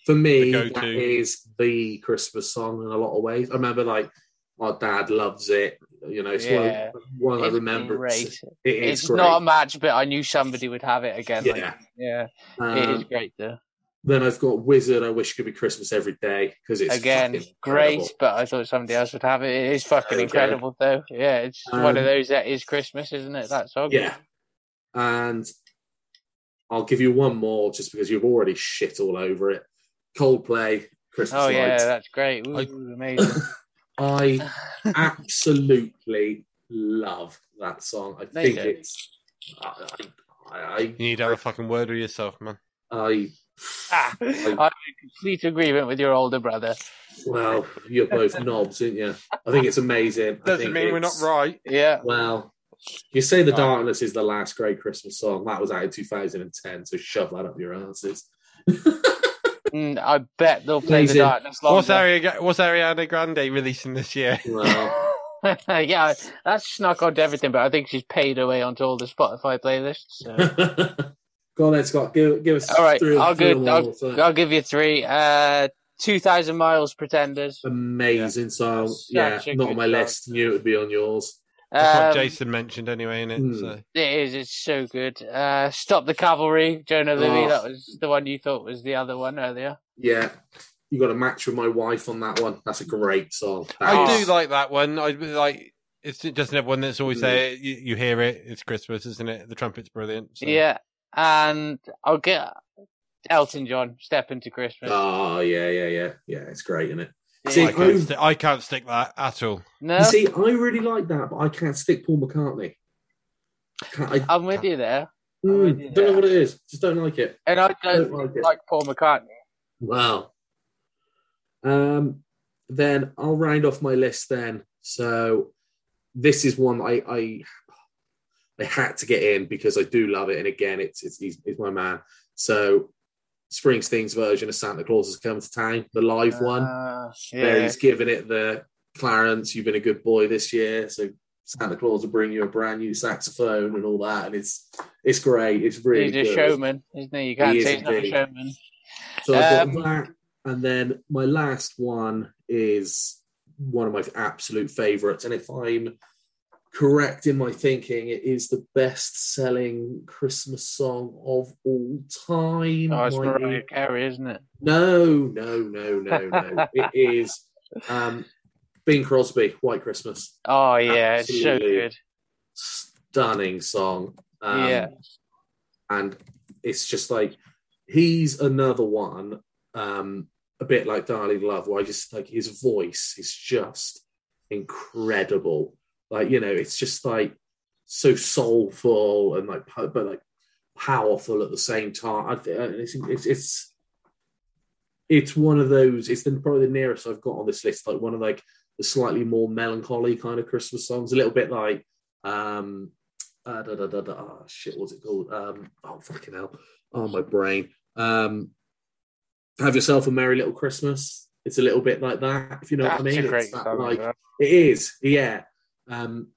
for me
The go-to.
that is the Christmas song in a lot of ways. I remember like my dad loves it. You know, it's
Yeah.
one, one I
It's
remember.
great.
It's, it is
It's
great.
not a match, but I knew somebody would have it again. like,
Yeah.
yeah. it
Um,
is great though.
Then I've got Wizard. I wish it could be Christmas every day because it's
Again,
fucking
great,
incredible.
but I thought somebody else would have it. It is fucking
Okay.
incredible though. Yeah, it's one
Um,
of those that is Christmas, isn't it? That song.
Yeah. And I'll give you one more just because you've already shit all over it. Coldplay, Christmas
Oh yeah,
Lights.
that's great. Ooh, amazing.
I absolutely love that song. I
There you
think
go.
it's. I, I, I,
You need to have a fucking word with yourself, man.
I.
Ah, I'm in complete agreement with your older brother.
Well, you're both knobs, aren't you? I think it's amazing. I
Doesn't
think
mean we're not
it's-
right.
Yeah.
Well, you say The Darkness is the last great Christmas song. That was out in 2010, so shove that up your asses.
Mm, I bet they'll play
Amazing.
the darkness longer.
What's, Ari- what's Ariana Grande releasing this year?
Well,
yeah, that's snuck onto everything, but I think she's paid away onto all the Spotify playlists. So.
go on then, Scott. Give, give us
all right,
three,
I'll,
three
go,
or one more, so-
I'll, I'll give you three. Uh, 2,000 Miles Pretenders.
Amazing song. Yeah,
Such a
not
good
on my
song.
list. Knew it would be on yours.
That's
Um,
what Jason mentioned anyway, innit?
Hmm.
So.
It is, it's so good. Uh, Stop the Cavalry, Jonah Louie.
Oh.
That was the one you thought was the other one earlier.
Yeah, you got a match with my wife on that one. That's a great song. That
I
is-
do like that one. I like it's just another one that's
Hmm.
always there. You, you hear it. It's Christmas, isn't it? The trumpet's brilliant. so.
Yeah, and I'll get Elton John, Step Into Christmas.
Oh yeah, yeah, yeah, yeah. It's great, isn't it?
Yeah.
See,
I can't,
I,
sti- I can't stick that at all.
No,
you see, I really like that, but I can't stick Paul McCartney. Can't- I
I'm with you there.
Mm,
you
don't know
there.
what it is. Just don't like it.
And I don't,
like it.
like Paul McCartney.
Wow. Um, then I'll round off my list. Then so this is one I I, I had to get in because I do love it, and again, it's it's he's, he's my man. So Springsteen's version of Santa Claus has come to town, the live one.
Uh,
Where
yeah.
he's giving it the Clarence, you've been a good boy this year, so Santa Claus will bring you a brand new saxophone and all that, and it's it's great. It's really
he's
good.
a showman, isn't he? You can't
He is
say he's not a
indeed.
showman.
So I've
Um,
got that. And then my last one is one of my absolute favorites. And if I'm correct in my thinking, it is the best selling Christmas song of all time.
Oh, it's
Might be-
Mariah Carey, isn't it?
No, no, no, no, no. it is um, Bing Crosby, White Christmas.
Oh yeah, it's so
Absolutely.
good.
Stunning song. Um,
yeah,
and it's just like he's another one um a bit like darling love where i just like his voice is just incredible like you know it's just like so soulful and like po- but like powerful at the same time I, thi- uh, it's, it's it's it's one of those it's the, probably the nearest i've got on this list like one of like the slightly more melancholy kind of christmas songs a little bit like um uh, da, da, da, da, oh, shit, what's it called? Um, oh, fucking hell. Oh, my brain. Um, have yourself a merry little Christmas. It's a little bit like that, if you know
That's
what I mean.
a great
It's that,
song,
like
yeah.
it is, yeah. Um,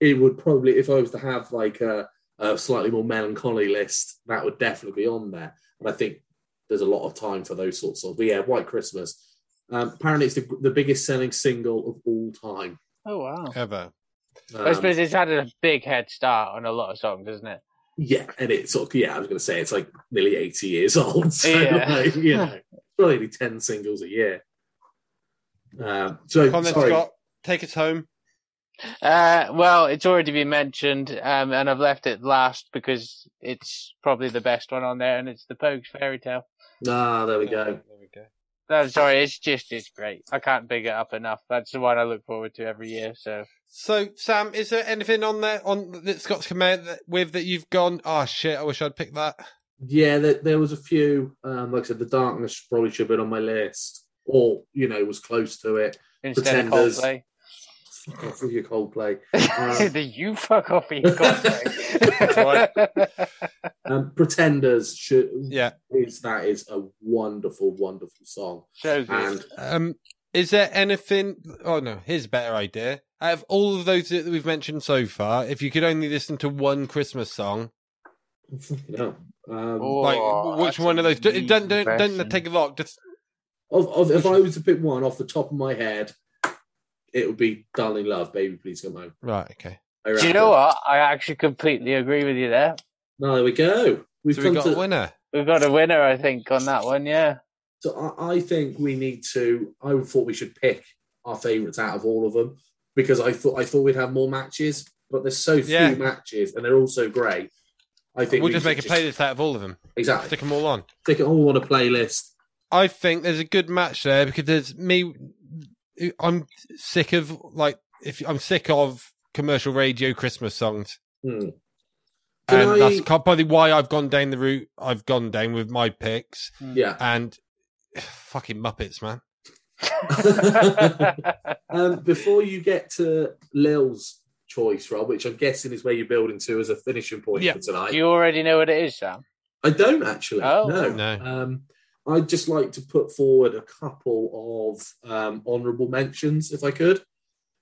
it would probably, if I was to have like a, a slightly more melancholy list, that would definitely be on there. And I think there's a lot of time for those sorts of. But yeah, White Christmas. Um, apparently, it's the, the biggest selling single of all time.
Oh wow.
Ever.
I
Um,
suppose it's had a big head start on a lot of songs, isn't it?
Yeah, and it's sort of, yeah, I was going to say it's like nearly 80 years old. So,
Yeah.
like, you know, it's probably only 10 singles a year. Um, so,
Come on then,
sorry.
Scott. Take us home.
Uh, well, it's already been mentioned, um, and I've left it last because it's probably the best one on there, and it's the Pogues Fairy Tale.
Ah, there we go.
No, sorry, it's just it's great. I can't big it up enough. That's the one I look forward to every year. So
So, Sam, is there anything on there on that Scott's come out that, with that you've gone? Oh shit! I wish I'd picked that.
Yeah, there, there was a few. Um, like I said, The Darkness probably should have been on my list, or, you know, was close to it.
instead
Pretenders.
of Coldplay,
Fuck off with your Coldplay. Um,
the you fuck off with your Coldplay.
um, Pretenders should,
yeah,
is that is a wonderful, wonderful song.
So
And
Um, is there anything? Oh no, here's a better idea. Out of all of those that we've mentioned so far, if you could only listen to one Christmas song,
No. Um,
Oh.
like which one of those? Don't don't, don't, don't take a lot. Just
Of, of, if I was to pick one off the top of my head, it would be "Darling Love," "Baby Please Come Home."
right, okay.
I
Do you
reckon.
know what? I actually completely agree with you there.
No, there we go. We've
So we
come
got
to,
a winner. We've got a winner, I think, on that one. Yeah.
So I, I think we need to. I thought we should pick our favourites out of all of them because I thought I thought we'd have more matches, but there's so few
Yeah.
matches and they're all so great. I think
we'll
we
just
should
make a playlist out of all of them.
Exactly.
Stick them all on.
Stick it all on a playlist.
I think there's a good match there because there's me. I'm sick of like if I'm sick of commercial radio Christmas songs,
Hmm.
and
Can
that's
I-
probably why I've gone down the route I've gone down with my picks.
Yeah.
and fucking Muppets, man.
um, before you get to Lil's choice, Rob, which I'm guessing is where you're building to as a finishing point for tonight.
You already know what it is, Sam.
I don't actually.
Oh.
no.
No.
Um, I'd just like to put forward a couple of um, honourable mentions, if I could.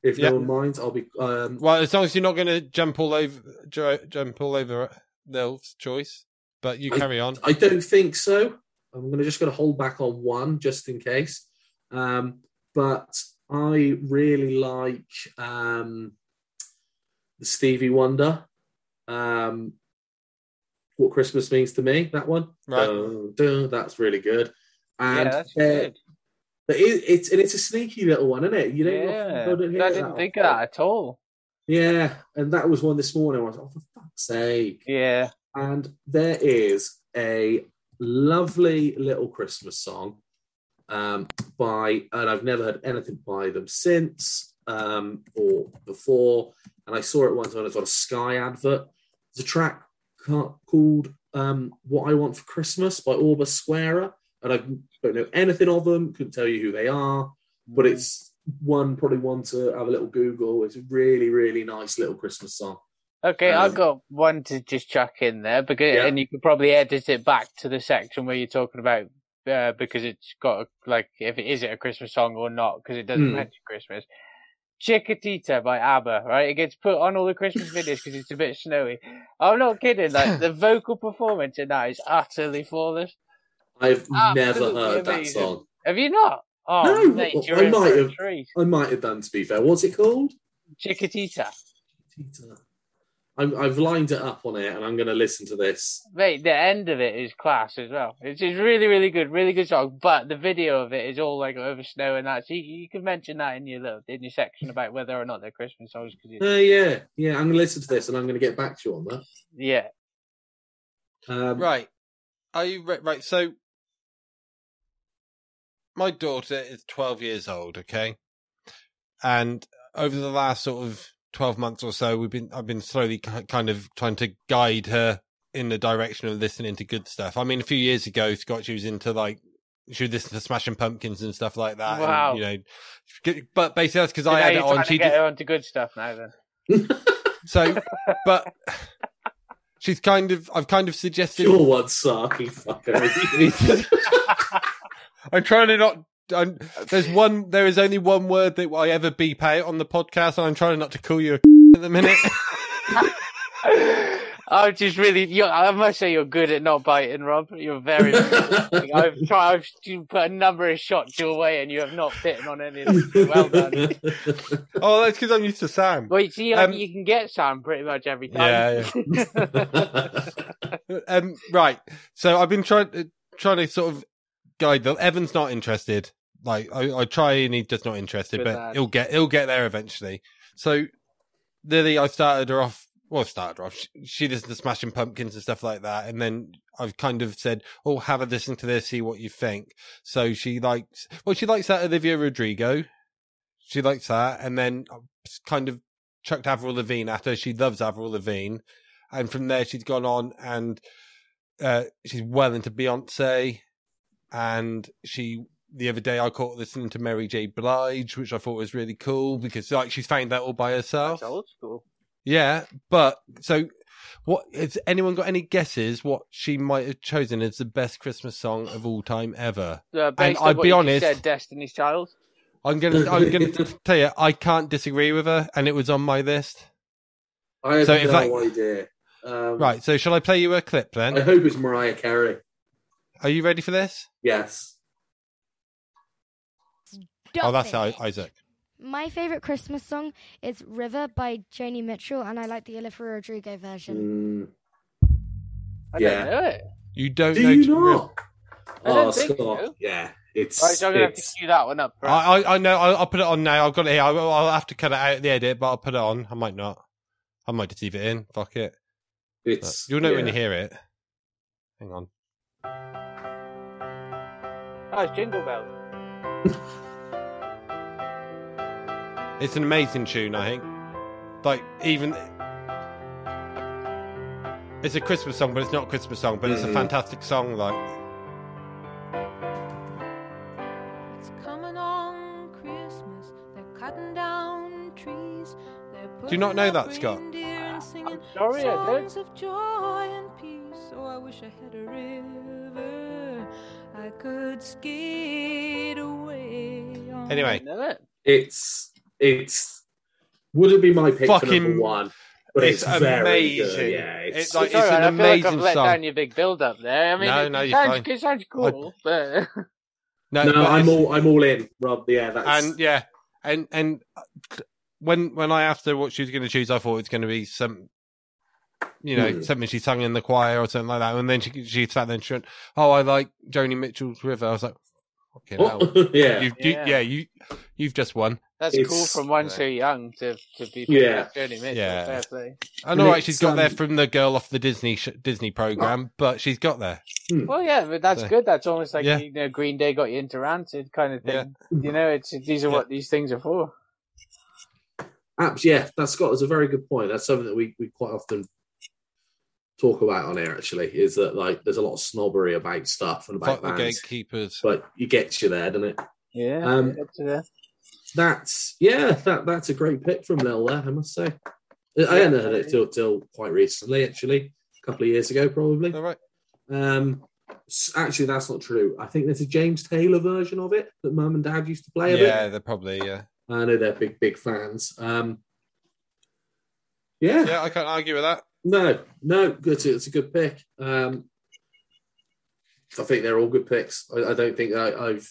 If
Yeah.
no one minds, I'll be. Um,
Well, as long as you're not going to jump all over ju- jump all over Lil's choice, but you
I-
carry on.
I don't think so. I'm gonna just going to hold back on one just in case. Um, but I really like um, the Stevie Wonder. Um, what Christmas means to me, that one.
Right.
Dun, dun, that's really good. And
yeah, that's
there-
good.
But it, it's and it's a sneaky little one, isn't it? You don't
Yeah.
often- don't
I
hear
didn't
that
think
often.
of that at all.
Yeah, and that was one this morning. I was like, oh, for fuck's sake!
Yeah.
And there is a lovely little Christmas song um, by, and I've never heard anything by them since um, or before. And I saw it once when I was on a Sky advert. There's a track ca- called um, "What I Want for Christmas" by Orba Squarer, and I don't know anything of them. Couldn't tell you who they are, but it's one probably one to have a little Google. It's a really really nice little Christmas song.
Okay, I've
Um,
got one to just chuck in there because,
Yeah.
and you could probably edit it back to the section where you're talking about uh, because it's got like if it is it a Christmas song or not because it doesn't
Hmm.
mention Christmas. Chickatita by ABBA, right? It gets put on all the Christmas videos because it's a bit snowy. I'm not kidding. Like the vocal performance in that is utterly flawless.
I've never
Ah, Absolutely
heard that
amazing.
song.
Have you not? Oh,
no,
mate,
well,
you're
I
in for
might
a
have.
treat.
I might have done. To be fair, what's it called?
Chickatita.
I'm, I've lined it up on it, and I'm going to listen to this.
Mate, the end of it is class as well. It's just really, really good, really good song. But the video of it is all like over snow and that. So you, you can mention that in your little, in your section about whether or not they're Christmas songs. Cause it's,
Uh, yeah, yeah, I'm going to listen to this, and I'm going to get back to you on that.
yeah,
Um,
Right. Are you re- right? So, my daughter is 12 years old, okay? And over the last sort of 12 months or so, we've been, I've been slowly ki- kind of trying to guide her in the direction of listening to good stuff. I mean, a few years ago, Scott, she was into like, she would listen to Smashing Pumpkins and stuff like that. and,
Wow.
you know, but basically that's because
So
I
now
had it
you're
on.
trying
She
to get
did-
her onto good stuff now. Then
so, but she's kind of, I've kind of suggested.
You're one sarky fucker.
I'm trying to not. I'm, there's one. There is only one word that I ever beep out on the podcast, and I'm trying not to call you a at the minute.
I'm just really. you I must say, you're good at not biting, Rob. You're very. good. I've tried. I've st- put a number of shots your way, and you have not bitten on any. of them. Well done.
oh, that's because I'm used to Sam.
Well, you see, like,
Um,
you can get Sam pretty much every time.
Yeah, um, right. So I've been trying to trying to sort of guide the Evan's not interested. Like I, I try and he's just not interested,
Good
but
lad.
he'll get he'll get there eventually. So Lily, I started her off. Well, I started her off. She, she listened to Smashing Pumpkins and stuff like that, and then I've kind of said, "Oh, have a listen to this, see what you think." So she likes. Well, she likes that Olivia Rodrigo. She likes that, and then I kind of chucked Avril Lavigne at her. She loves Avril Lavigne, and from there she's gone on and uh, she's well into Beyonce, and she the other day I caught her listening to Mary J. Blige, which I thought was really cool because like she's found that all by herself.
old school.
Yeah, but so what? Has anyone got any guesses what she might have chosen as the best Christmas song of all time ever?
Uh,
and
based on
I'd
what
be
you
honest,
Said Destiny's Child.
I'm gonna I'm gonna tell you I can't disagree with her, and it was on my list.
I have
So if
no
that-
idea. Um,
Right, so shall I play you a clip then?
I hope it's Mariah Carey.
Are you ready for this?
Yes.
oh, that's I- Isaac.
My favorite Christmas song is River by Joni Mitchell, and I like the Olivia Rodrigo version.
I
Yeah.
don't know it.
You don't
Mm. Do
know.
you
to-
not?
I don't
Oh,
think
Scott.
so.
Yeah, it's.
Right, so I'm gonna have to
it's-
queue that one up.
I,
Right?
I, I know. I'll, I'll put it on now. I've got it here. I'll, I'll have to cut it out of the edit, but I'll put it on. I might not. I might just leave it in. Fuck it.
It's-
you'll know when you
yeah.
hear it. Hang on.
Oh, it's Jingle Bells.
It's an amazing tune. I think. Like even. It's a Christmas song, but it's not a Christmas song. But it's a
Mhm.
fantastic song. Like
Coming on Christmas, they're cutting down trees. They're
Do you not
putting
know
up
that, Scott?
reindeer and singing
sorry, I don't.
songs of joy and peace. Oh, I wish I had a river I could skate away. on.
Anyway.
It's it's would it be my pick for
Fucking-
number one? But it's,
it's
very
amazing.
Good. Yeah, it's,
It's like- an
Sorry, I feel like I've
amazing
let
song.
down your big build up there. I mean,
No,
it,
no, you're
sounds,
fine.
it sounds cool, but
no,
no,
but it's-
I'm all I'm all in, Rob. Yeah, that's
and yeah, and and uh, when when I asked her what she was going to choose, I thought it's going to be some, you know,
Hmm.
something she sung in the choir or something like that. And then she she sat there and she went, "Oh, I like Joni Mitchell's River." I was like, "Fucking
Oh,
hell,
yeah.
you, you,
Yeah.
yeah, you, you've just won."
that's cool
It's-
from one so young to to be
Yeah.
Journey Mitchell.
Yeah.
Fair play.
I know, right?
It's,
She's got there
um,
from the girl off the Disney sh- Disney program, but she's got there.
Well, yeah, but that's
So-
good. That's almost like
Yeah.
you know, Green Day got you into Rancid kind of thing. You know, it's these are what these things are for.
Abs, yeah, that's Scott is a very good point. That's something that we, we quite often talk about on air actually, is that like there's a lot of snobbery about stuff and about
Fuck the
bands.
gatekeepers.
But you get you there, doesn't it?
Yeah. uh,
Um,
up to there.
That's yeah, that that's a great pick from Lil there, I must say. I hadn't heard it till till quite recently, actually, a couple of years ago probably.
All right.
Um s- actually that's not true. I think there's a James Taylor version of it that mum and dad used to play a bit.
Yeah, they're probably yeah.
I know they're big, big fans. Um, yeah,
yeah, I can't argue with that.
No, no, good. It's a good pick. Um, I think they're all good picks. I, I don't think I, I've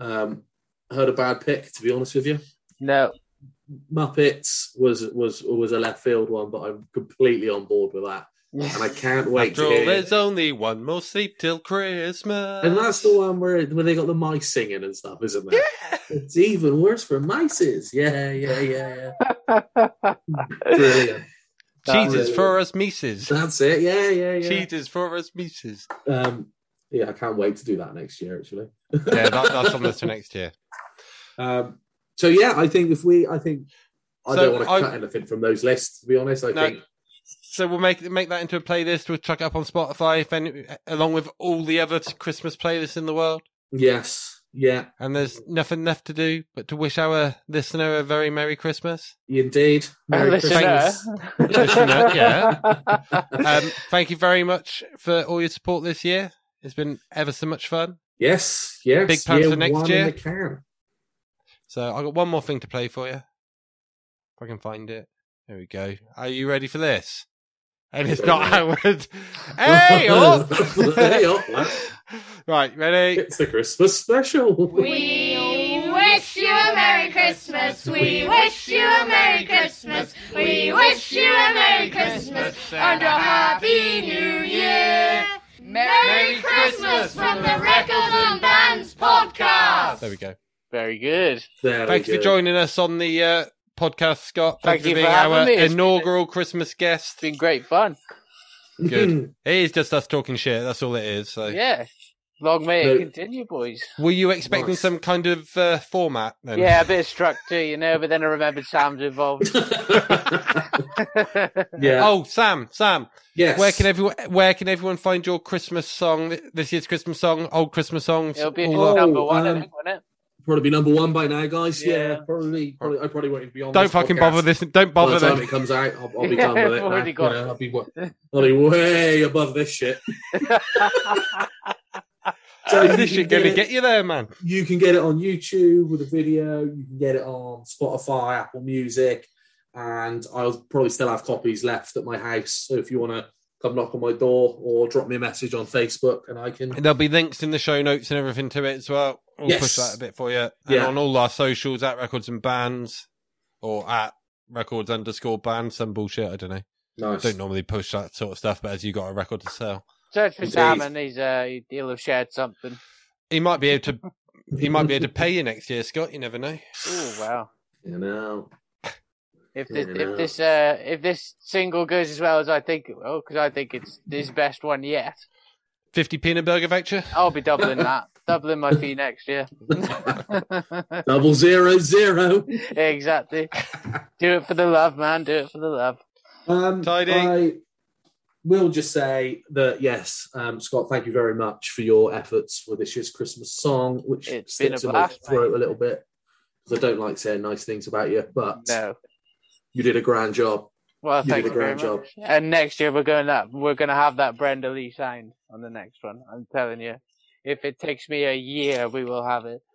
um, heard a bad pick, to be honest with you.
No,
Muppets was was was a left field one, but I'm completely on board with that, and I can't wait
After
to
all,
hear.
there's only one more sleep till Christmas.
And that's the one where where they got the mice singing and stuff, isn't it? It's even worse for mices. Yeah, yeah, yeah, yeah. Brilliant.
Cheaters
Brilliant.
for us Mises.
That's it. Yeah, yeah, yeah.
Cheaters for us Mises.
Um, yeah, I can't wait to do that next year. Actually,
Yeah, that, that's on list for next year.
Um, so yeah, I think if we, I think I
So
don't want to
I-
cut anything from those lists. To be honest, I
No.
think
So we'll make make that into a playlist. We'll chuck it up on Spotify, if any, along with all the other Christmas playlists in the world.
yes, yeah,
And there's nothing left to do but to wish our listener a very merry Christmas.
indeed. Merry Christmas.
Listener, yeah. Um, thank you very much for all your support this year. It's been ever so much fun.
Yes, yes.
Big plans
year
for next
one in
year?
the can.
So I got one more thing to play for you. If I can find it. There we go. Are you ready for this? And it's not Howard. hey, up!
Hey, up,
right, ready? It's
the Christmas special.
We wish you a Merry Christmas. We wish you a Merry Christmas. We wish you a Merry Christmas and a Happy New Year. Merry Christmas from the Records and Bands podcast.
There we go.
Very good.
Thanks for joining us on the uh, podcast, Scott.
Thank
Thanks
you
for being
for having
our
me. It's
inaugural Christmas guest. It's
been great fun.
Good. it is just us talking shit. That's all it is. So,
Yeah. Long may it
No.
continue, boys.
were you expecting
Nice.
some kind of uh, format then?
Yeah, a bit of structure, you know, but then I remembered Sam's involved.
Yeah. Oh, Sam, Sam.
Yes.
Where can everyone Where can everyone find your Christmas song? This year's Christmas song, old Christmas songs.
It'll be
all that.
number one, I
um,
think, wasn't it?
Probably be number one by now, guys. Yeah, probably, probably. I probably won't even be on.
Don't
this
fucking
podcast.
bother this. Don't
By
bother
the time
them.
it comes out, I'll, I'll be done with it.
I've already
You
got
know,
it.
I'll, be, wa- I'll be way above this shit. So
Is
you
this
can
shit going to
it-
get you there, man?
You can get it on YouTube with a video. You can get it on Spotify, Apple Music, and I'll probably still have copies left at my house. So if you want to come knock on my door or drop me a message on Facebook, and I can.
And there'll be links in the show notes and everything to it as well. We'll
Yes.
push that a bit for you. And
Yeah.
on all our socials at Records and Bands or at Records underscore Bands, some bullshit. I don't know.
Nice.
Don't normally push that sort of stuff, but as you got a record to sell,
Search for
Indeed.
Sam and he's, uh, he'll have shared something.
he might be able to. he might be able to pay you next year, Scott. You never know.
Oh, wow.
You know.
If this,
Yeah.
if this, uh, if this single goes as well as I think it will, because I think it's his best one yet,
Fifty peanut burger voucher.
I'll be doubling that, doubling my fee next year.
Double zero zero.
exactly. Do it for the love, man. Do it for the love.
Um,
Tidy.
I will just say that yes, um, Scott, thank you very much for your efforts for this year's Christmas song, which
It's been
sticks
a
in my
blast,
throat a little bit because I don't like saying nice things about you, but
No.
you did a grand job.
Well,
You
thank
did
you
a
very
grand
much.
job.
And next year we're going that we're going to have that Brenda Lee signed on the next one. I'm telling you, if it takes me a year, we will have it.